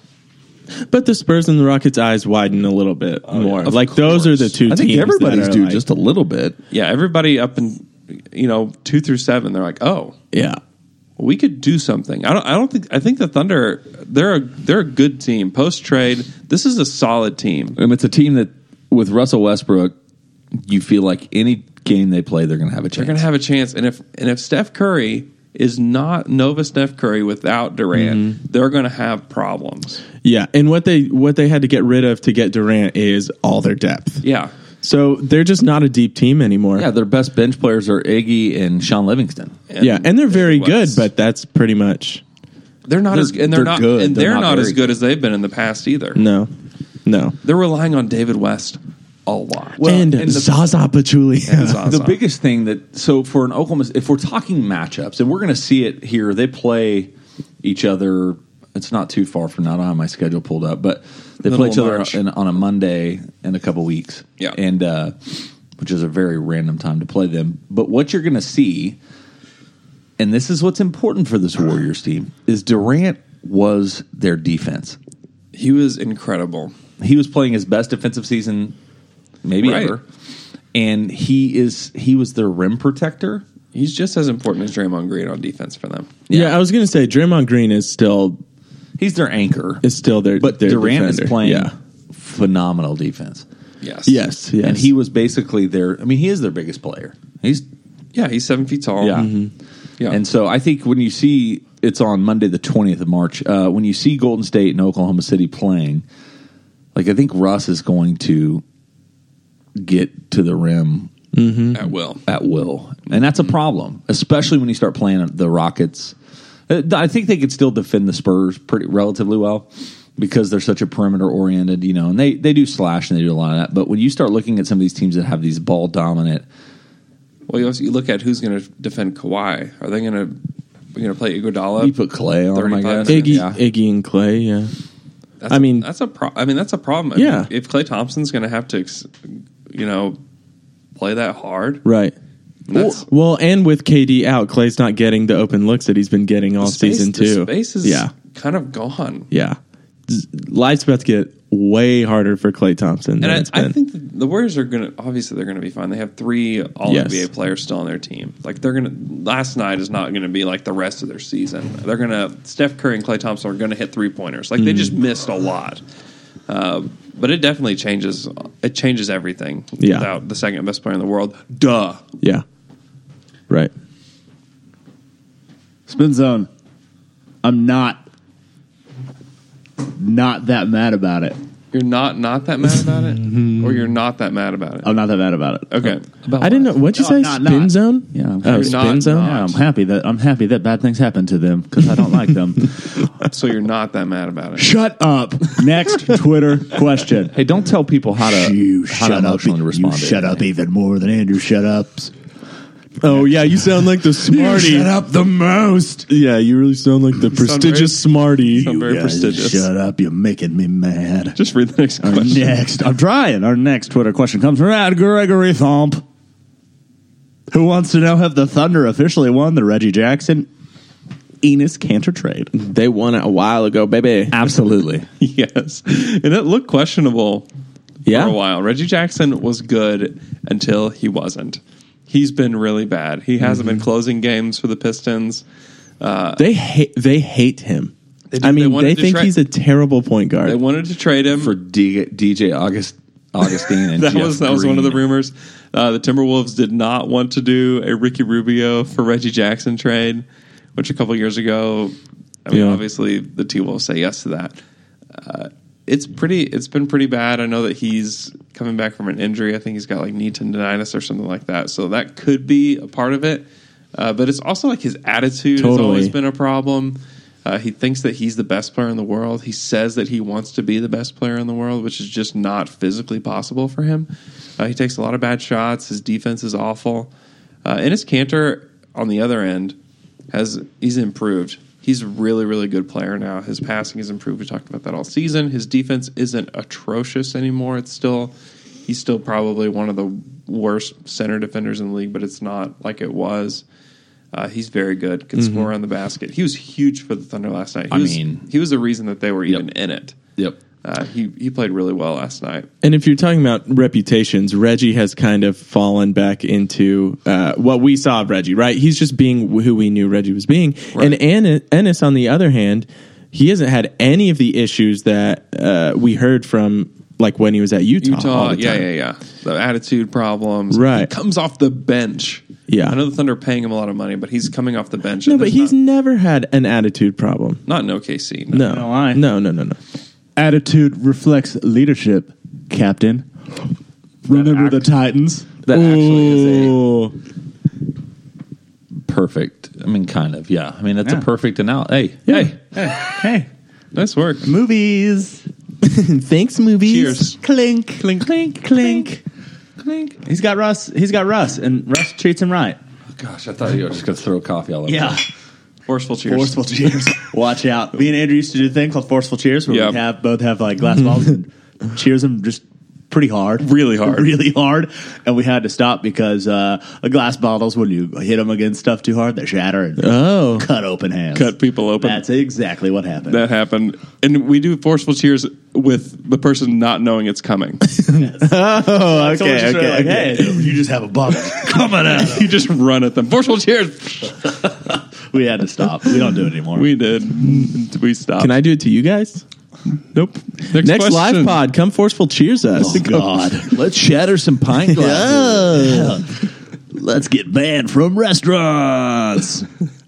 G: But the Spurs and the Rockets' eyes widen a little bit more.
E: Oh, Of
G: Like those are the two
D: I
G: teams.
D: think everybody's
G: that are
D: due
G: like-
D: just a little bit.
E: yeah, everybody up in you know two through seven, they're like, oh,
G: yeah.
E: we could do something. I don't, I don't think I think the Thunder they're a they're a good team post trade. This is a solid team.
D: And it's a team that with Russell Westbrook, you feel like any game they play, they're going to have a chance.
E: They're going to have a chance, and if and if Steph Curry is not Nova Steph Curry without Durant, they're going to have problems.
G: Yeah. And what they what they had to get rid of to get Durant is all their depth.
E: Yeah,
G: So they're just not a deep team anymore.
D: yeah, their best bench players are Iggy and Sean Livingston.
G: yeah, and they're very good,
E: West.
G: but that's pretty much
E: they're not
D: They're-
E: as and they're,
D: they're
E: not
D: good.
E: and
D: They're
E: they're,
D: not
E: not, as
D: very
E: good as they've been in the past either.
G: no, no.
E: They're relying on David West a lot.
G: and,
D: and the-
G: Zaza Pachulia.
E: And Zaza.
D: The biggest thing that so for an Oklahoma, if we're talking matchups, and we're going to see it here, they play each other. It's not too far from now. I don't have my schedule pulled up, but they
E: Middle
D: play each
E: of
D: other
E: March.
D: in, on a Monday in a couple weeks.
E: Yeah.
D: and uh, which is a very random time to play them. But what you're going to see, and this is what's important for this Warriors team, is Durant was their defense.
E: He was incredible.
D: He was playing his best defensive season, maybe
E: Right.
D: ever, and he is he was their rim protector.
E: He's just as important as Draymond Green on defense for them.
G: Yeah, I was gonna say Draymond Green is still
D: He's their anchor,
G: is still their
D: but
G: their
D: Durant
G: defender.
D: is playing
G: Yeah.
D: phenomenal defense.
E: Yes.
G: Yes, yes.
D: And he was basically their. I mean, he is their biggest player. He's
E: Yeah, he's seven feet tall.
D: yeah.
G: Mm-hmm.
E: Yeah.
D: And so I think when you see it's on Monday the twentieth of March, uh, when you see Golden State and Oklahoma City playing, like I think Russ is going to get to the rim
E: at will.
D: at will, and that's a
E: Mm-hmm.
D: problem, especially when you start playing the Rockets. Uh, I think they could still defend the Spurs pretty relatively well because they're such a perimeter oriented, you know, and they they do slash and they do a lot of that. But when you start looking at some of these teams that have these ball dominant
E: Well, you also you look at who's going to defend Kawhi. Are they going to going to play
D: You
E: Iguodala?
D: put Clay on, I
E: 35
D: guess.
E: minutes.
G: Iggy
D: Yeah.
G: Iggy and Clay, yeah.
E: That's
G: I mean-
E: that's a pro- I mean, that's a problem. I mean,
G: Yeah.
E: if Clay Thompson's going to have to, ex- you know, play that hard,
G: Right.
E: that's-
G: Well, and with KD out, Clay's not getting the open looks that he's been getting all
E: the space-
G: season
E: the
G: too.
E: space is
G: yeah,
E: kind of gone.
G: yeah. Z- Life's about to get way harder for Clay Thompson than
E: And
G: it's
E: I, I
G: been.
E: think that the Warriors are going to obviously they're going to be fine. They have three All
G: Yes.
E: NBA players still on their team. Like they're going to last night is not going to be like the rest of their season. They're going to Steph Curry and Clay Thompson are going to hit three pointers. Like they
G: Mm.
E: just missed a lot. Uh, but it definitely changes. It changes everything.
G: Yeah.
E: Without the second best player in the world, duh.
G: yeah, right.
F: Spin zone. I'm not not that mad about it.
E: You're not not that mad about it, or you're not that mad about it.
F: I'm not that mad about it.
E: Okay. About
G: I didn't know. What'd you
F: No,
G: say?
F: not-
G: spin
F: not.
G: zone?
D: Yeah, I'm
G: Oh,
D: sure
G: spin
E: not-
G: zone.
E: not.
F: I'm happy that I'm happy that bad things happen to them because I don't like them.
E: so you're not that mad about it.
F: Shut up. Next Twitter question.
D: Hey, don't tell people how
F: Uh,
D: to how to emotionally respond. to it.
F: up even more than Andrew shut ups.
G: Oh yeah, you sound like the smarty.
F: up the most.
G: Yeah, you really sound like the
E: sound very-
G: prestigious smarty.
E: sound very-
F: You guys
E: prestigious.
F: Shut up. You're making me mad.
E: Just read the next
F: Our
E: question.
F: next, I'm trying. Our next Twitter question comes from at Gregory Thump, who wants to know have the Thunder officially won the Reggie Jackson Enos Cantor trade?
G: They won it a while ago, baby.
D: Absolutely.
E: Yes. And it looked questionable
G: Yeah.
E: for a while. Reggie Jackson was good until he wasn't. He's been really bad. He hasn't been closing games for the Pistons.
G: They hate. They hate him.
E: They do-
G: I
E: they
G: mean,
E: wanted
G: they
E: to
G: think
E: try-
G: he's a terrible point guard.
E: They wanted to trade him.
D: For D- DJ August Augustine and
E: that
D: Jeff
E: was that was one of the
D: Green.
E: rumors. Uh, the Timberwolves did not want to do a Ricky Rubio for Reggie Jackson trade, which a couple years ago, I mean,
G: Yeah.
E: obviously the T Wolves say yes to that. Uh, it's pretty. It's been pretty bad. I know that he's coming back from an injury. I think he's got like knee tendonitis or something like that. So that could be a part of it. Uh, but it's also like his attitude has
G: Totally.
E: always been a problem. Uh, he thinks that he's the best player in the world. He says that he wants to be the best player in the world, which is just not physically possible for him. Uh, he takes a lot of bad shots. His defense is awful. Uh, Ennis Cantor, on the other end, has he's improved. He's a really, really good player now. His passing has improved. We talked about that all season. His defense isn't atrocious anymore. It's still he's still probably one of the worst center defenders in the league, but it's not like it was. Uh, he's very good. Can score on the basket. He was huge for the Thunder last night. He
D: I
E: was,
D: mean-
E: he was the reason that they were even in it.
D: Yep.
E: Uh, he he played really well last night.
G: And if you're talking about reputations, Reggie has kind of fallen back into uh, what we saw of Reggie, right? He's just being who we knew Reggie was being. And An- Ennis, on the other hand, he hasn't had any of the issues that uh, we heard from, like when he was at Utah.
E: Utah,
G: all the
E: yeah,
G: time.
E: yeah, yeah. The attitude problems.
G: Right.
E: He comes off the bench.
G: Yeah.
E: I know the Thunder are paying him a lot of money, but he's coming off the bench.
G: No,
E: and
G: but
E: that's
G: he's
E: not,
G: never had an attitude problem.
E: not in OKC.
G: No,
F: know why.
G: no, no, no, no.
F: Attitude reflects leadership, Captain. Remember the Titans?
D: That actually is
G: Ooh.
D: a perfect. I mean, kind of. Yeah. I mean, that's
F: Yeah.
D: a perfect analogy. Hey,
G: Yeah.
D: hey,
F: Hey,
E: Nice work.
F: movies.
G: Thanks, movies.
E: Cheers.
F: Clink, clink, clink, clink, clink. He's got Russ. He's got Russ, and Russ treats him right.
D: gosh, I thought you were just gonna throw coffee all over.
F: Yeah.
E: Forceful cheers.
F: Forceful cheers. Watch out. Me and Andrew used to do a thing called forceful cheers where
E: Yeah.
F: we have both have like glass bottles and cheers them just pretty hard,
E: Really hard.
F: really hard, and we had to stop because uh, glass bottles when you hit them against stuff too hard, they shatter and
G: Oh.
F: cut open hands,
E: Cut people open.
F: That's exactly what happened.
E: that happened, and we do forceful cheers with the person not knowing it's coming.
G: Oh, okay,
F: Soldiers are
G: okay,
F: like,
G: okay.
F: "Hey, you just have a bottle coming out.
E: you just run at them. Forceful cheers.
F: We had to stop. We don't do it anymore.
E: We did. We stopped.
G: Can I do it to you guys?
E: Nope.
G: Next
E: question.
G: live pod, come forceful cheers us.
F: oh God,
D: Let's shatter some pint glasses.
F: let's get banned from restaurants.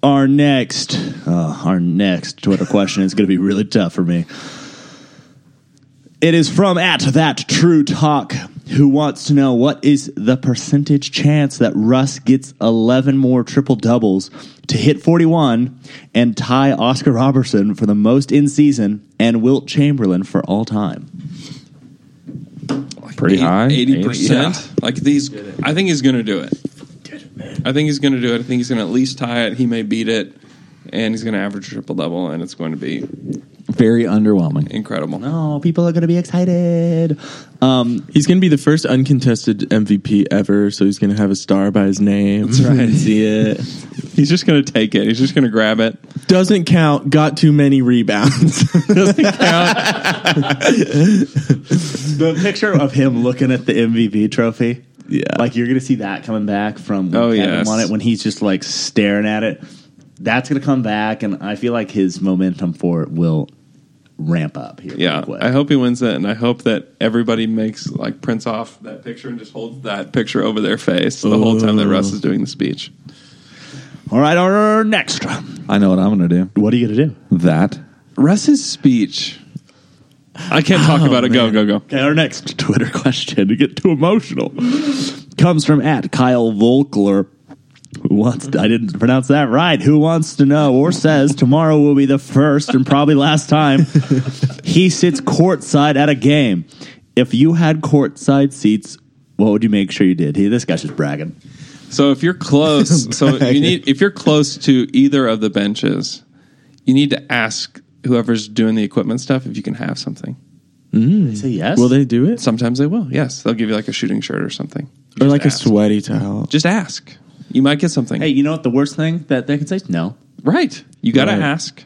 F: Our next, uh, our next Twitter question is going to be really tough for me. It is from at that true talk who wants to know what is the percentage chance that Russ gets 11 more triple doubles to hit 41 and tie Oscar Robertson for the most in season and Wilt Chamberlain for all time.
D: Pretty high.
E: Eighty
D: 80%.
E: percent. Like these, I think he's going to do it. I think he's going to do it. I think he's going to at least tie it. He may beat it, and he's going to average triple double, and it's going to be
D: Very underwhelming.
E: incredible.
F: Oh, people are going to be excited. Um,
G: He's going to be the first uncontested MVP ever, so he's going to have a star by his name. That's
E: right.
G: See it.
E: He's just going to take it. He's just going to grab it.
G: Doesn't count. Got too many rebounds.
F: the picture of him looking at the MVP trophy.
G: Yeah.
F: Like you're going to see that coming back from when
E: Oh,
F: Kevin
E: yes.
F: won it when he's just like staring at it. That's going to come back, and I feel like his momentum for it will ramp up here.
E: Yeah,
F: real quick.
E: I hope he wins it, and I hope that everybody makes like prints off that picture and just holds that picture over their face the whole time that Russ is doing the speech.
F: All right, our next.
D: I know what I'm going to do.
F: What are you going to do?
D: That.
E: Russ's speech. I can't talk about it. Go, go, go.
F: Okay, our next Twitter question to get too emotional comes from at Kyle Volkler. Who wants? I didn't pronounce that right. Who wants to know or says tomorrow will be the first and probably last time he sits courtside at a game. If you had courtside seats, what would you make sure you did? He, this guy's just bragging.
E: So if you're close, so you need if you're close to either of the benches, you need to ask whoever's doing the equipment stuff if you can have something.
F: They say yes.
G: Will they do it?
E: Sometimes they will. Yes, they'll give you like a shooting shirt or something,
G: Or like a
E: ask.
G: sweaty towel?
E: Just ask. You might get something.
F: hey, you know what? The worst thing that they could say is no.
E: Right. You got to
G: Right.
E: ask.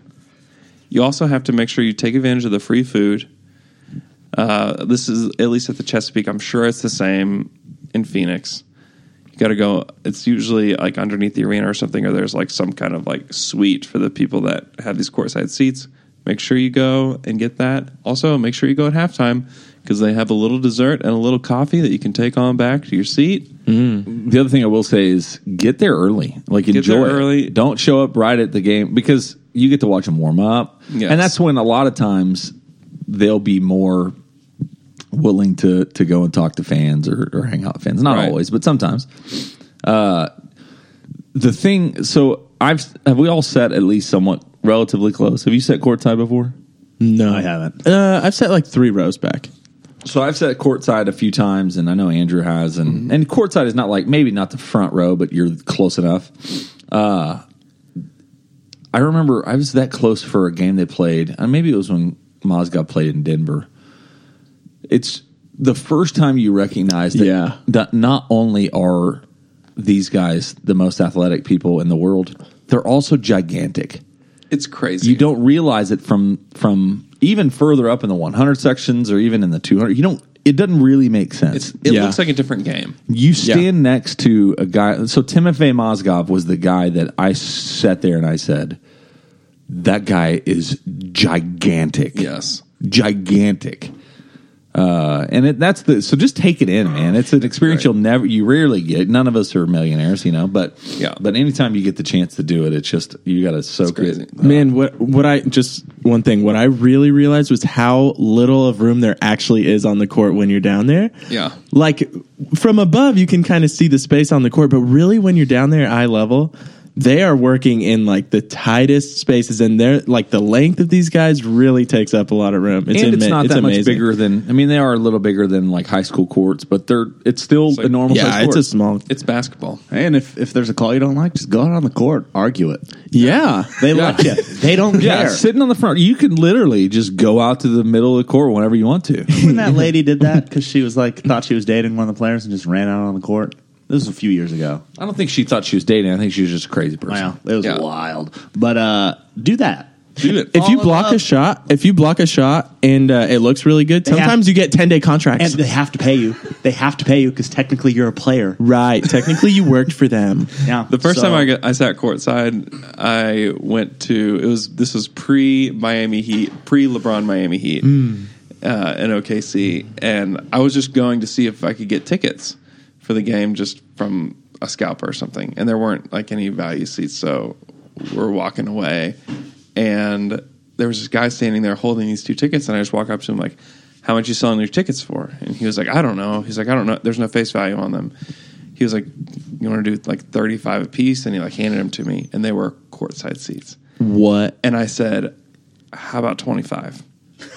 E: You also have to make sure you take advantage of the free food. Uh, this is at least at the Chesapeake. I'm sure it's the same in Phoenix. You got to go. It's usually like underneath the arena or something, or there's like some kind of like suite for the people that have these courtside seats. Make sure you go and get that. Also, make sure you go at halftime because they have a little dessert and a little coffee that you can take on back to your seat.
D: The other thing I will say is get there early. Like enjoy
E: there
D: it.
E: early.
D: Don't show up right at the game because you get to watch them warm up,
E: Yes.
D: and that's when a lot of times they'll be more willing to to go and talk to fans or, or hang out with fans. Not
E: Right.
D: always, but sometimes. Uh, the thing. So I've have we all sat at least somewhat relatively close. Have you sat courtside before?
G: No,
F: I haven't.
G: Uh, I've sat like three rows back.
D: So I've sat courtside a few times, and I know Andrew has, and
E: Mm-hmm.
D: and courtside is not like maybe not the front row, but you're close enough. Uh, I remember I was that close for a game they played, and maybe it was when Mozgov played in Denver. It's the first time you recognize that,
G: Yeah.
D: that not only are these guys the most athletic people in the world, they're also gigantic
E: It's crazy.
D: you don't realize it from from even further up in the 100 sections or even in the 200 you don't it doesn't really make sense
E: It's, it
G: Yeah.
E: looks like a different game.
D: you stand next to a guy so timofey mozgov was the guy that i sat there and i said that guy is gigantic
E: Yes.
D: gigantic uh, and it, that's the so just take it in, man. It's an experience you'll never, you rarely get. None of us are millionaires, you know. But
E: Yeah.
D: but anytime you get the chance to do it, it's just you got to soak
E: crazy.
D: it.
G: Man, what what I just one thing what I really realized was how little of room there actually is on the court when you're down there.
E: Yeah.
G: Like from above you can kind of see the space on the court, but really when you're down there at eye level, they are working in like the tightest spaces and they're like the length of these guys really takes up a lot of room. It's
D: and
G: ama-
D: it's not
G: it's
D: that
G: amazing.
D: much bigger than. I mean, they are a little bigger than like high school courts, but they're it's still a normal.
G: Yeah,
D: size
G: it's
D: court.
G: a small
E: It's basketball.
F: And if, if there's a call you don't like, just go out on the court, argue it.
G: Yeah.
F: They let you. They don't
D: Yeah,
F: care.
D: sitting on the front. You can literally just go out to the middle of the court whenever you want to.
F: when that lady did that because she was like thought she was dating one of the players and just ran out on the court. This was a few years ago.
D: I don't think she thought she was dating. I think she was just a crazy person.
F: Wow, it was
E: Yeah.
F: wild. But uh, do that.
E: Do it.
G: If you
F: Follow
G: block
F: up.
G: a shot, if you block a shot and uh, it looks really good,
F: have-
G: sometimes you get 10 day contracts.
F: And they have to pay you. They have to pay you because technically you're a player.
G: right. Technically, you worked for them.
F: Yeah.
E: The first
F: so-
E: time I got, I sat courtside, I went to it was this was pre Miami Heat, pre LeBron Miami Heat,
F: Hmm.
E: uh, in OKC, and I was just going to see if I could get tickets for the game just from a scalper or something, and there weren't like any value seats, so we're walking away, and there was this guy standing there holding these two tickets, and I just walk up to him like, "How much you selling your tickets for?" And he was like, "I don't know." He's like, "I don't know. There's no face value on them." He was like, "You want to do like 35 a piece?" And he like handed them to me, and they were courtside seats.
G: What?
E: And I said, "How about 25?"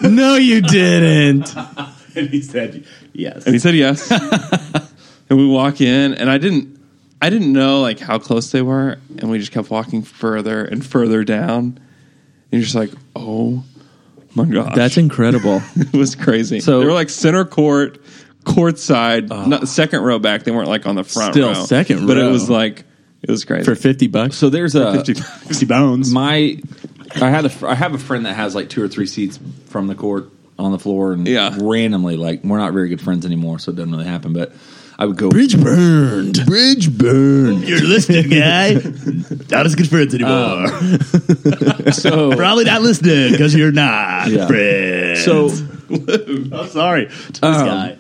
G: No, you didn't.
F: and he said yes.
E: And he said yes. and we walk in, and I didn't, I didn't know like how close they were, and we just kept walking further and further down. And you're just like, "Oh my god,
G: That's incredible.
E: it was crazy."
D: So-
E: So they were like center court, courtside, not second row back. They weren't like on the front
G: Still
E: row,
G: second
E: but
G: row.
E: it was like it was crazy.
G: for 50 bucks.
D: So there's a
F: Fifty bones.
D: my. I had a fr- I have a friend that has like two or three seats from the court on the floor and
E: Yeah.
D: randomly like we're not very good friends anymore, so it doesn't really happen. But I would go
G: Bridge burned.
D: bridge burn.
F: you're listening, guy. Not as good friends anymore.
D: Um, So
F: Probably not listening because you're not
D: Yeah.
F: friends.
D: so Um,
F: I'm sorry to this guy.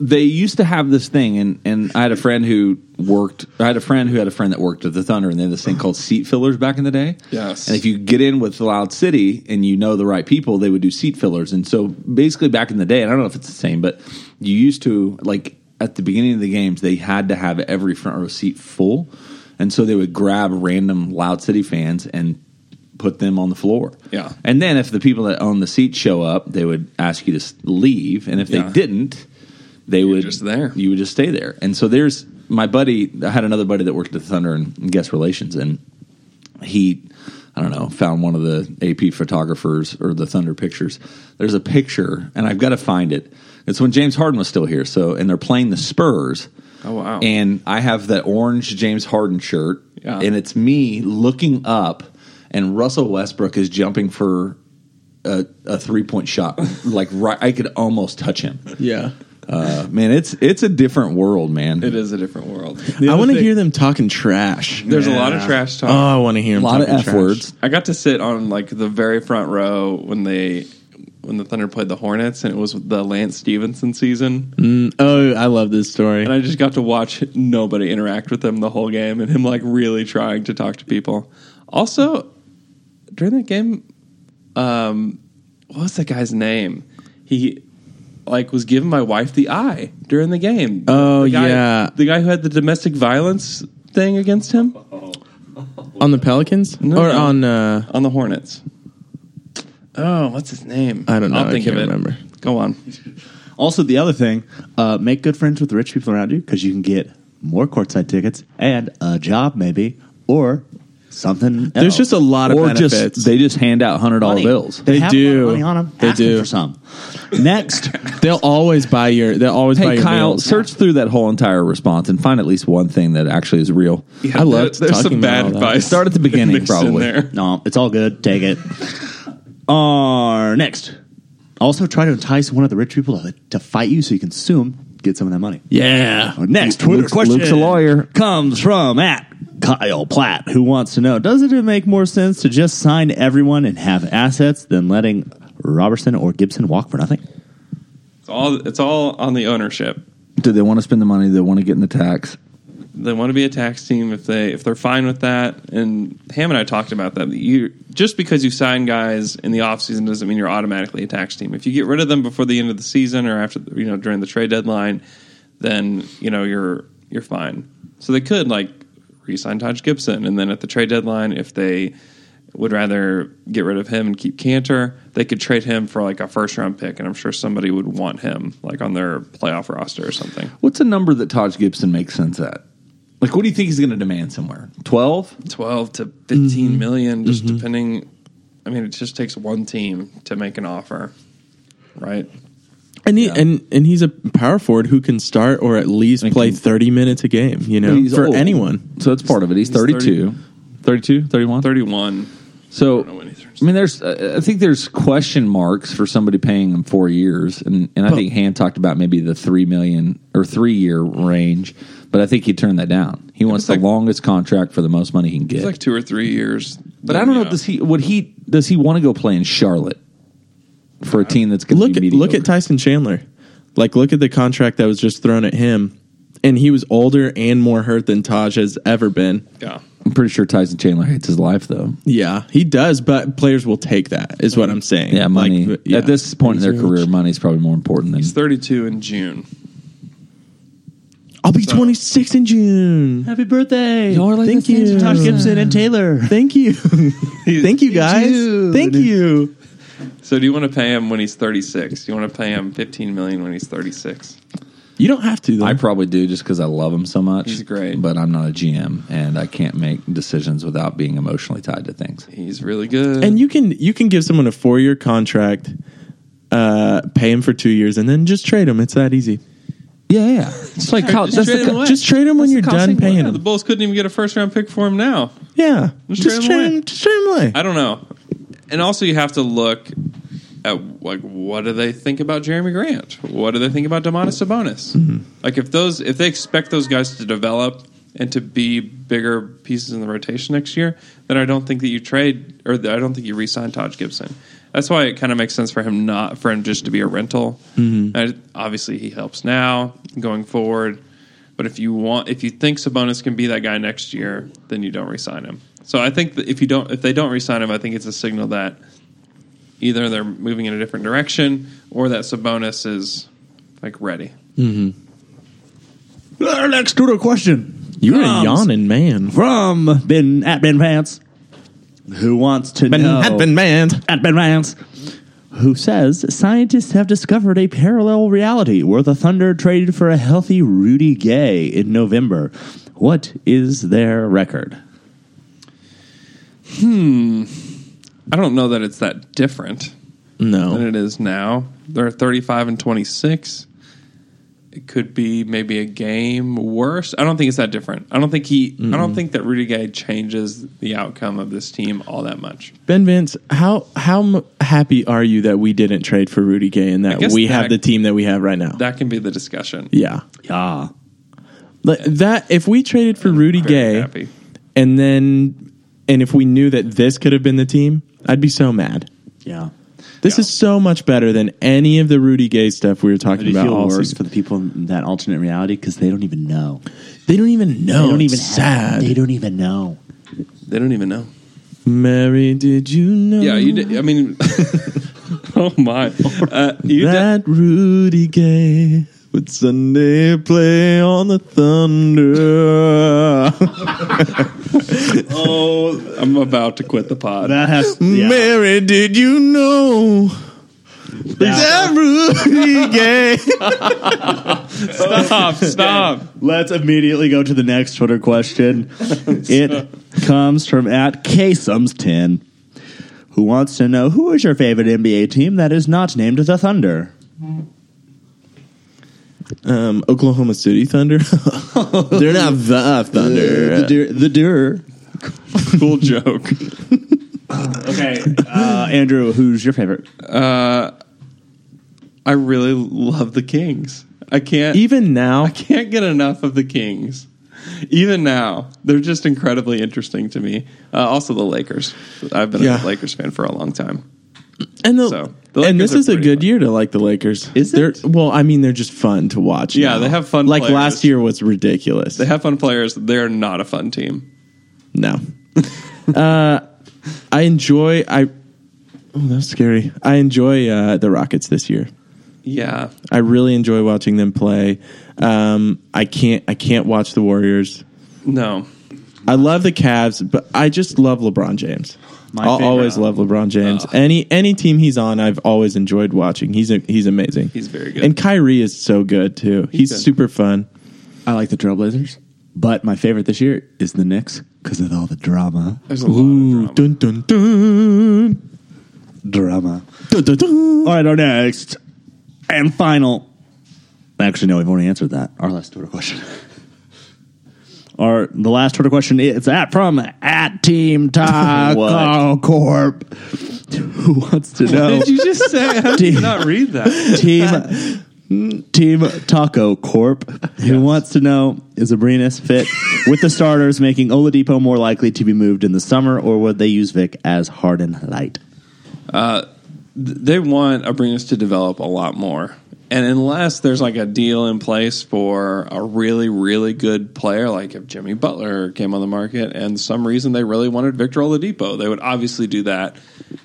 D: they used to have this thing, and, and I had a friend who worked. I had a friend who had a friend that worked at the Thunder, and they had this thing called seat fillers back in the day.
E: Yes.
D: And if you get in with Loud City and you know the right people, they would do seat fillers. And so basically, back in the day, and I don't know if it's the same, but you used to like at the beginning of the games, they had to have every front row seat full, and so they would grab random Loud City fans and put them on the floor.
E: Yeah.
D: And then if the people that own the seat show up, they would ask you to s- leave, and if
E: Yeah.
D: they didn't they would
E: just there.
D: You would just stay there. And so there's my buddy. I had another buddy that worked at Thunder and guest relations, and he, I don't know, found one of the AP photographers or the Thunder pictures. There's a picture, and I've got to find it. It's when James Harden was still here. So and they're playing the Spurs.
E: Oh, wow.
D: And I have that orange James Harden shirt,
E: Yeah.
D: and it's me looking up, and Russell Westbrook is jumping for. A, a three point shot, like right, I could almost touch him.
G: Yeah.
D: Uh, man, it's it's a different world, man.
E: it is a different world.
G: I want to hear them talking trash.
E: There's a lot of trash talk.
G: Oh, I want to hear
D: a
G: them
D: lot of
G: talking
D: f
G: trash.
D: words.
E: I got to sit on like the very front row when they when the Thunder played the Hornets, and it was the Lance Stevenson season.
G: Oh, I love this story.
E: And I just got to watch nobody interact with him the whole game, and him like really trying to talk to people. Also, during that game, um, what was that guy's name? He like was giving my wife the eye during the game.
G: Oh,
E: The guy-
G: yeah.
E: the guy who had the domestic violence thing against him
G: on the Pelicans?
E: No.
G: Or on. Uh,
E: on the Hornets. Oh, what's his name?
G: I don't know. I can't remember.
E: Go on.
F: Also, the other thing, uh, make good friends with rich people around you because you can get more courtside tickets and a job maybe or something.
G: there's just a lot of
D: Or
G: benefits.
D: just they just hand out hundred dollar bills.
G: They do.
F: Money on them.
G: They do.
F: for some. Next,
G: They'll always buy your. They'll always buy
D: Hey
G: your.
D: Kyle,
G: meals.
D: search through that whole entire response and find at least one thing that actually is real.
G: I love
E: There's
G: talking
E: some bad
G: about all that.
E: advice.
D: Start at the beginning,
E: mixed in
D: probably.
E: there.
F: no, it's all good. Take it. Or next, also try to entice one of the rich people to, to fight you so you can sue them, get some of that money.
G: Yeah.
F: Our next Twitter
D: Luke's-
F: question.
D: Luke's a lawyer.
F: Comes from at Kyle Platt, who wants to know: Doesn't it make more sense to just sign everyone and have assets than letting Robertson or Gibson walk for nothing?
E: It's all it's all on the ownership.
D: Do they want to spend the money? Do they want to get in the tax?
E: They want to be a tax team if they if they're fine with that. And Ham and I talked about that. You just because you sign guys in the offseason doesn't mean you're automatically a tax team. If you get rid of them before the end of the season or after you know during the trade deadline, then you know you're you're fine. So they could like re-sign Taj Gibson, and then at the trade deadline, if they would rather get rid of him and keep Cantor, they could trade him for like a first round pick, and I'm sure somebody would want him like on their playoff roster or something.
D: What's a number that Taj Gibson makes sense at? Like, what do you think he's going to demand somewhere? Twelve?
E: 12 to
D: Mm-hmm.
E: fifteen million, just depending. I mean, it just takes one team to make an offer, right?
G: And he and and he's a power forward who can start or at least
D: And
G: play
D: can-
G: thirty minutes a game. You know,
D: He's
G: for
D: old.
G: anyone.
D: So that's part of it. He's,
E: He's
D: 32. 32, 31?
E: 31.
D: So,
E: know when he turns.
D: I mean, there's, uh, I think there's question marks for somebody paying him four years, and and I think Han talked about maybe the three million or three year range, but I think he turned that down. He wants
E: it's
D: the
E: like-
D: longest contract for the most money he can get.
E: It's like two or three years.
D: but I don't know. Does he? Would he? Does he want to go play in Charlotte for a team that's going
G: Look
D: to
G: at
D: be
G: look at
D: mediocre?
G: Tyson Chandler. Like look at the contract that was just thrown at him, and he was older and more hurt than Taj has ever been.
E: Yeah.
D: I'm pretty sure Tyson Chandler hates his life though.
G: Yeah, he does, but players will take that. Is what I'm saying.
D: Yeah, money
G: Like, yeah.
D: at this point in their career, money's probably more important than
E: He's 32 in June.
G: I'll be 26 in June.
F: Happy birthday!
G: Thank you,
F: Todd Gibson and Taylor.
G: Thank you, thank you guys. Thank you.
E: So do you want to pay him when he's 36? Do you want to pay him 15 million when he's 36?
G: You don't have to. Though.
D: I probably do just because I love him so much.
E: Mm-hmm. He's great.
D: but I'm not a GM, and I can't make decisions without being emotionally tied to things.
E: He's really good.
G: and you can you can give someone a four year contract, uh, pay him for two years, and then just trade him. It's that easy.
D: Yeah, yeah. It's like
E: Just
D: that's
E: trade
D: the
E: him
D: co-
E: away.
G: Just trade him when
D: That's
G: you're
D: the cost
G: done
D: of
G: paying
E: yeah, the
G: him.
E: Bulls couldn't even get a first round pick for him now.
G: Yeah,
E: Just
G: just
E: trade him
G: trade
E: away.
G: him. Just trade him away.
E: I don't know. And also, you have to look at like what do they think about Jeremy Grant? What do they think about Demonis Sabonis?
D: Mm-hmm.
E: Like if those if they expect those guys to develop and to be bigger pieces in the rotation next year, then I don't think that you trade or that I don't think you re-sign Todd Gibson. That's why it kind of makes sense for him not for him just to be a rental. And obviously, he helps now going forward. But if you want, if you think Sabonis can be that guy next year, then you don't re-sign him. So I think that if you don't, if they don't re-sign him, I think it's a signal that either they're moving in a different direction or that Sabonis is like ready.
F: Our next Twitter question
G: You're a
F: Drums.
G: yawning man.
F: from Ben at Ben Vance, who wants to know
G: man.
F: at Ben Vance, who says scientists have discovered a parallel reality where the Thunder traded for a healthy Rudy Gay in November. What is their record?
E: I don't know that it's that different than
G: No.
E: it is now. They're 35 and 26. It could be maybe a game worse. I don't think it's that different. I don't think he. I don't think that Rudy Gay changes the outcome of this team all that much.
G: Ben Vince, how how m- happy are you that we didn't trade for Rudy Gay and that
E: guess
G: we
E: that-
G: have the team that we have right now?
E: That can be the discussion.
G: yeah.
F: Yeah.
G: Like, That if we traded for Rudy
E: Very
G: Gay
E: happy.
G: and then and if we knew that this could have been the team, I'd be so mad.
F: Yeah.
G: This is so much better than any of the Rudy Gay stuff we were
F: I
G: talking
F: do
G: about
F: feel
G: all
F: worse
G: season.
F: for the people in that alternate reality because they don't even know.
G: They don't even know.
F: they don't
G: It's
F: even
G: sad.
F: Have, they don't even know.
E: They don't even know.
G: Mary, did you know?
E: Yeah, you. Did, I mean, oh my. Uh, you did,
G: that Rudy Gay would Sunday play on the Thunder.
E: I'm about to quit the pod.
F: That has
G: Mary, did you know that Rudy Gay?
E: Stop! Stop!
F: Let's immediately go to the next Twitter question. it comes from at ksums10, who wants to know who is your favorite NBA team that is not named the Thunder.
G: um, Oklahoma City Thunder. They're not the Thunder.
F: The Dur. The Dur.
E: cool joke.
F: Okay, uh, Andrew, who's your favorite?
E: I really love the Kings. I can't.
G: Even now,
E: I can't get enough of the Kings. Even now, they're just incredibly interesting to me. Uh, also, the Lakers. I've been a
G: Yeah.
E: Lakers fan for a long time.
G: and the,
E: So, the Lakers
G: and this
E: are
G: is a
E: pretty
G: good
E: fun.
G: year to like the Lakers.
F: Is
G: They're-
F: it?
G: Well, I mean, they're just fun to watch.
E: Yeah,
G: now.
E: they have fun
G: Like
E: players.
G: last year was ridiculous.
E: They have fun players. They're not a fun team.
G: No. uh, I enjoy. I. Oh, that's scary. I enjoy uh, the Rockets this year.
E: Yeah,
G: I really enjoy watching them play. Um, I can't. I can't watch the Warriors.
E: no.
G: I love the Cavs, but I just love LeBron James.
F: My
G: I'll
F: favorite.
G: always love LeBron James. Any any team he's on, I've always enjoyed watching. He's a, he's amazing.
E: He's very good.
G: And Kyrie is so good too. He's,
E: good.
G: super fun.
F: I like the Trailblazers. But my favorite this year is the Knicks because of all the drama.
E: There's a lot of drama.
G: Dun, dun, dun.
F: Drama.
G: Dun, dun, dun.
F: All right, our next and final. Actually, no, we've already answered that. Our last Twitter question. Our the last Twitter question is at from at Team Taco Corp. Who wants to know?
E: Did you just say? How did you not read that?
F: Team Team Taco Corp, who wants to know is Abrinas fit with the starters, making Oladipo more likely to be moved in the summer, or would they use Vic as Harden light?
E: They want Abrinas to develop a lot more. And unless there's like a deal in place for a really, really good player, like if Jimmy Butler came on the market and some reason they really wanted Victor Oladipo, they would obviously do that.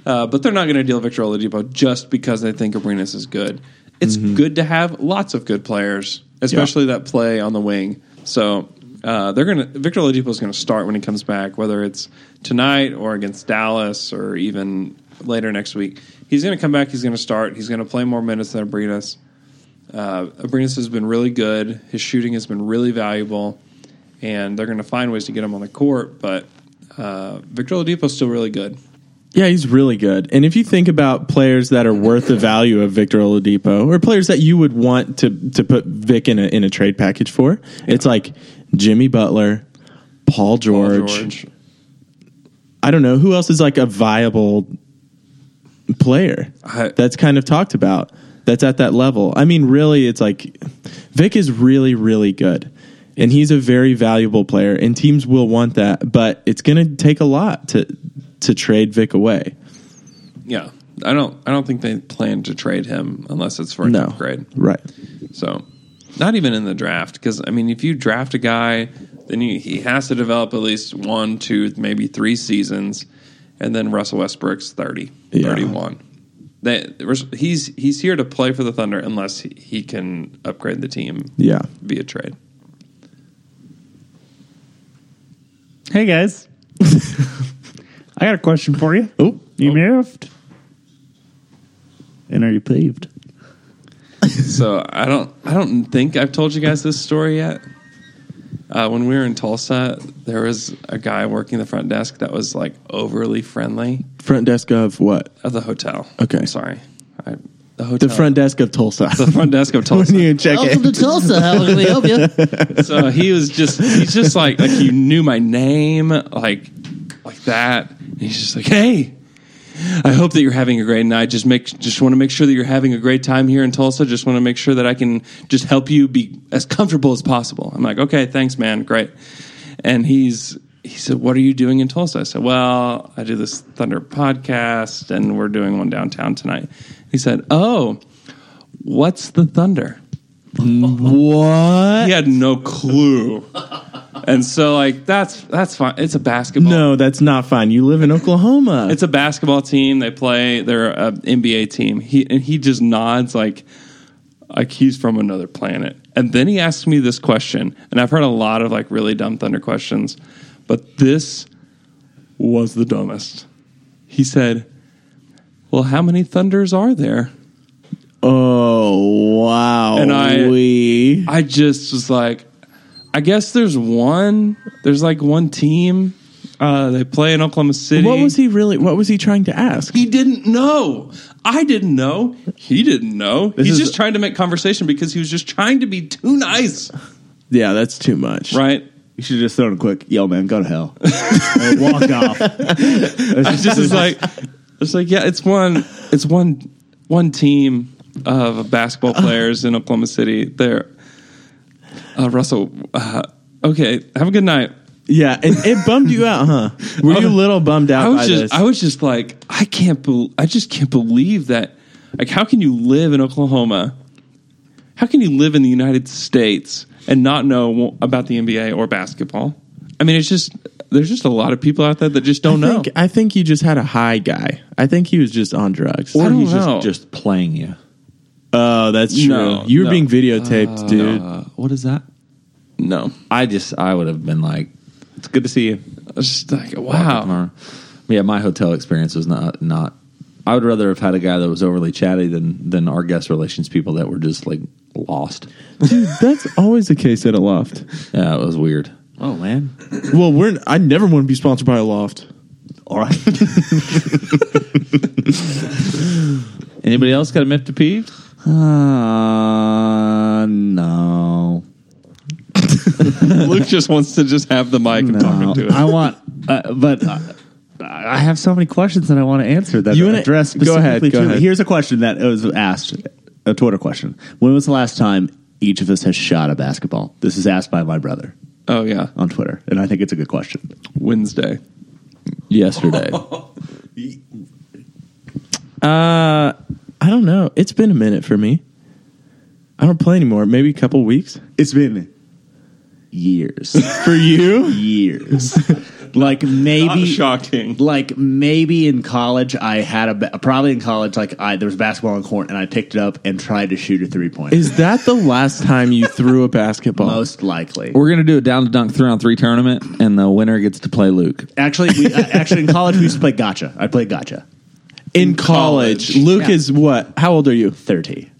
E: Uh, but they're not going to deal Victor Oladipo just because they think Abrinas is good. It's good to have lots of good players, especially that play on the wing. So uh, they're going to Victor Oladipo is going to start when he comes back, whether it's tonight or against Dallas or even later next week. He's going to come back. He's going to start. He's going to play more minutes than Abrinas. Uh, Abrinas has been really good. His shooting has been really valuable, and they're going to find ways to get him on the court. But uh, Victor Oladipo is still really good.
G: Yeah, he's really good. And if you think about players that are worth the value of Victor Oladipo, or players that you would want to to put Vic in a in a trade package for, it's like Jimmy Butler,
E: Paul
G: Paul George, I don't know who else is like a viable player
E: I-
G: that's kind of talked about. That's at that level. I mean, really, it's like Vic is really, really good, and he's a very valuable player, and teams will want that. But it's going to take a lot to to trade Vic away.
E: Yeah, I don't. I don't think they plan to trade him unless it's for an
G: No,
E: upgrade.
G: right?
E: So, not even in the draft because I mean, if you draft a guy, then you, he has to develop at least one, two, maybe three seasons, and then Russell Westbrook's 30,
G: Yeah.
E: 31. They, he's he's here to play for the Thunder unless he, he can upgrade the team
G: Yeah.
E: via trade.
F: Hey guys, I got a question for you.
G: Oh,
F: You moved, and are you peeved?
E: So I don't I don't think I've told you guys this story yet. Uh, when we were in Tulsa, there was a guy working the front desk that was like overly friendly
G: front desk of what?
E: of the hotel.
G: Okay.
E: I'm sorry. I, the hotel.
G: The front desk of Tulsa.
E: Oh. the front desk of
G: when
E: Tulsa.
G: you check it,
F: to Tulsa. How can we help you?
E: so he was just he's just like like you knew my name like like that. And he's just like, hey. I hope that you're having a great night. Just make, just want to make sure that you're having a great time here in Tulsa. Just want to make sure that I can just help you be as comfortable as possible. I'm like, okay, thanks, man, great. And he's, he said, what are you doing in Tulsa? I said, well, I do this Thunder podcast, and we're doing one downtown tonight. He said, oh, what's the Thunder? What? He had no clue. And so, like, that's that's fine. It's a basketball.
G: no, that's not fine. You live in Oklahoma.
E: It's a basketball team. They play. They're an NBA team. He and he just nods like, like he's from another planet. And then he asks me this question, and I've heard a lot of like really dumb Thunder questions, but this was the dumbest. He said, "Well, how many Thunders are there?"
G: oh wow!
E: And I-
G: we
E: I just was like, I guess there's one. There's like one team. Uh, they play in Oklahoma City.
G: What was he really? What was he trying to ask?
E: He didn't know. I didn't know. He didn't know. He's
G: is-
E: just trying to make conversation because he was just trying to be too nice,
G: Yeah, that's too much.
E: right?
F: You should just throw in a quick, yo, man, go to hell. Or walk off.
E: I just was like, it's like yeah, it's one, it's one, one team of
G: Uh-huh.
E: basketball players in Oklahoma City. There, uh, Russell. Uh, okay, have a good night.
G: Yeah, and it bummed you out, huh? Were you a little bummed out
E: I
G: by
E: was just,
G: this?
E: I was just like, I can't, bel I just can't believe that. Like, how can you live in Oklahoma? How can you live in the United States and not know about the NBA or basketball? I mean, it's just there's just a lot of people out there that just don't
G: I
E: know.
G: think, I think he just had a high guy. I think he was just on drugs.
E: I
D: Or
E: don't
D: he's
E: know.
D: just, just playing you.
G: oh, that's true.
E: No,
G: you were
E: no.
G: being videotaped, dude.
D: Uh, what is that?
E: no,
D: I just I would have been like, it's good to see you.
E: I was just like wow.
D: Tomorrow. Yeah, my hotel experience was not not. I would rather have had a guy that was overly chatty than than our guest relations people that were just like lost.
G: That's always the case at a loft.
D: Yeah, it was weird.
F: Oh man!
G: Well, we're I never want to be sponsored by a loft.
F: All right.
D: Anybody else got a myth to peeve?
F: uh, no.
E: Luke just wants to just have the mic and talk
F: No.
E: into it.
F: I want, uh, but uh, I have so many questions that I want to answer that
G: You wanna-
F: address
G: go
F: specifically
G: ahead, go
F: to-
G: ahead.
F: Here's a question that was asked, a Twitter question. When was the last time each of us has shot a basketball? This is asked by my brother
E: oh yeah,
F: on Twitter, and I think it's a good question.
E: Wednesday.
D: Yesterday.
G: Uh, I don't know. It's been a minute for me. I don't play anymore. Maybe a couple weeks
F: It's been years,
G: for you.
F: years. like maybe
E: Not shocking.
F: like maybe in college I had a ba- probably in college like I there was basketball on court and I picked it up and tried to shoot a three point.
G: Is that the last time you threw a basketball?
F: most likely.
D: We're gonna do a down to dunk three on three tournament, and the winner gets to play Luke.
F: Actually, we, uh, actually in college we used to play gotcha. I played gotcha.
G: in college. Luke
F: Yeah.
G: is what? How old are you?
F: Thirty.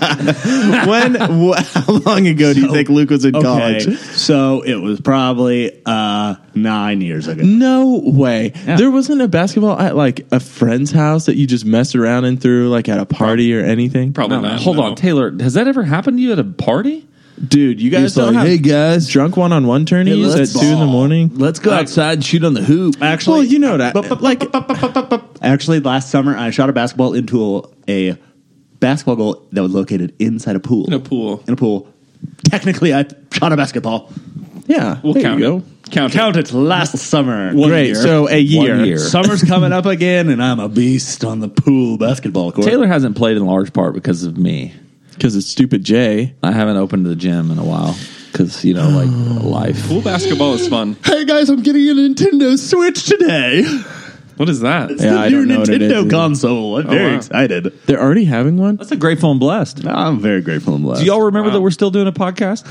G: when? Wh- how long ago do you think Luke was in
F: Okay.
G: college?
F: So it was probably uh, nine years ago.
G: No way. There wasn't a basketball at like a friend's house that you just messed around and threw like at a party or anything.
E: Probably not.
D: Hold
E: no.
D: on, Taylor. Has that ever happened to you at a party?
G: Dude, you guys
H: It's like,
G: don't have
H: hey guys,
G: drunk one on one tourneys
H: Hey,
G: at
H: let's
G: two in the
H: ball.
G: morning.
H: let's go outside and shoot on the hoop.
F: Actually,
G: Well, you know that.
F: Bup, bup,
G: Like
F: actually last summer I shot a basketball into a, a basketball goal that was located inside a pool.
E: In a pool.
F: In a pool. Technically, I shot a basketball.
G: yeah,
E: We'll
G: there
E: count
G: you
E: it.
G: go.
E: Count,
F: Count
E: it.
F: it last summer.
G: Great. So a year.
D: year.
F: Summer's coming up again, and I'm a beast on the pool basketball court.
D: Taylor hasn't played in large part because of me.
G: Because it's stupid Jay.
D: I haven't opened the gym in a while because you know, like life.
E: Pool basketball is fun.
F: Hey guys, I'm getting a Nintendo Switch today.
E: What is that?
F: It's the
G: I
F: new
G: don't know what it is
F: Nintendo
G: either.
F: console. I'm very
E: Oh, wow.
F: excited.
G: They're already having one?
D: That's a grateful and blessed.
F: I'm very grateful and blessed.
D: Do y'all remember that we're still doing a podcast?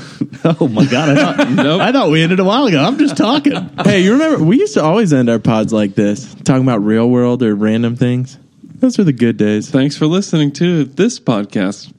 F: oh my god, I thought,
E: Nope.
F: I thought we ended a while ago. I'm just talking.
G: hey, you remember we used to always end our pods like this, talking about real world or random things. Those were the good days.
E: Thanks for listening to this podcast.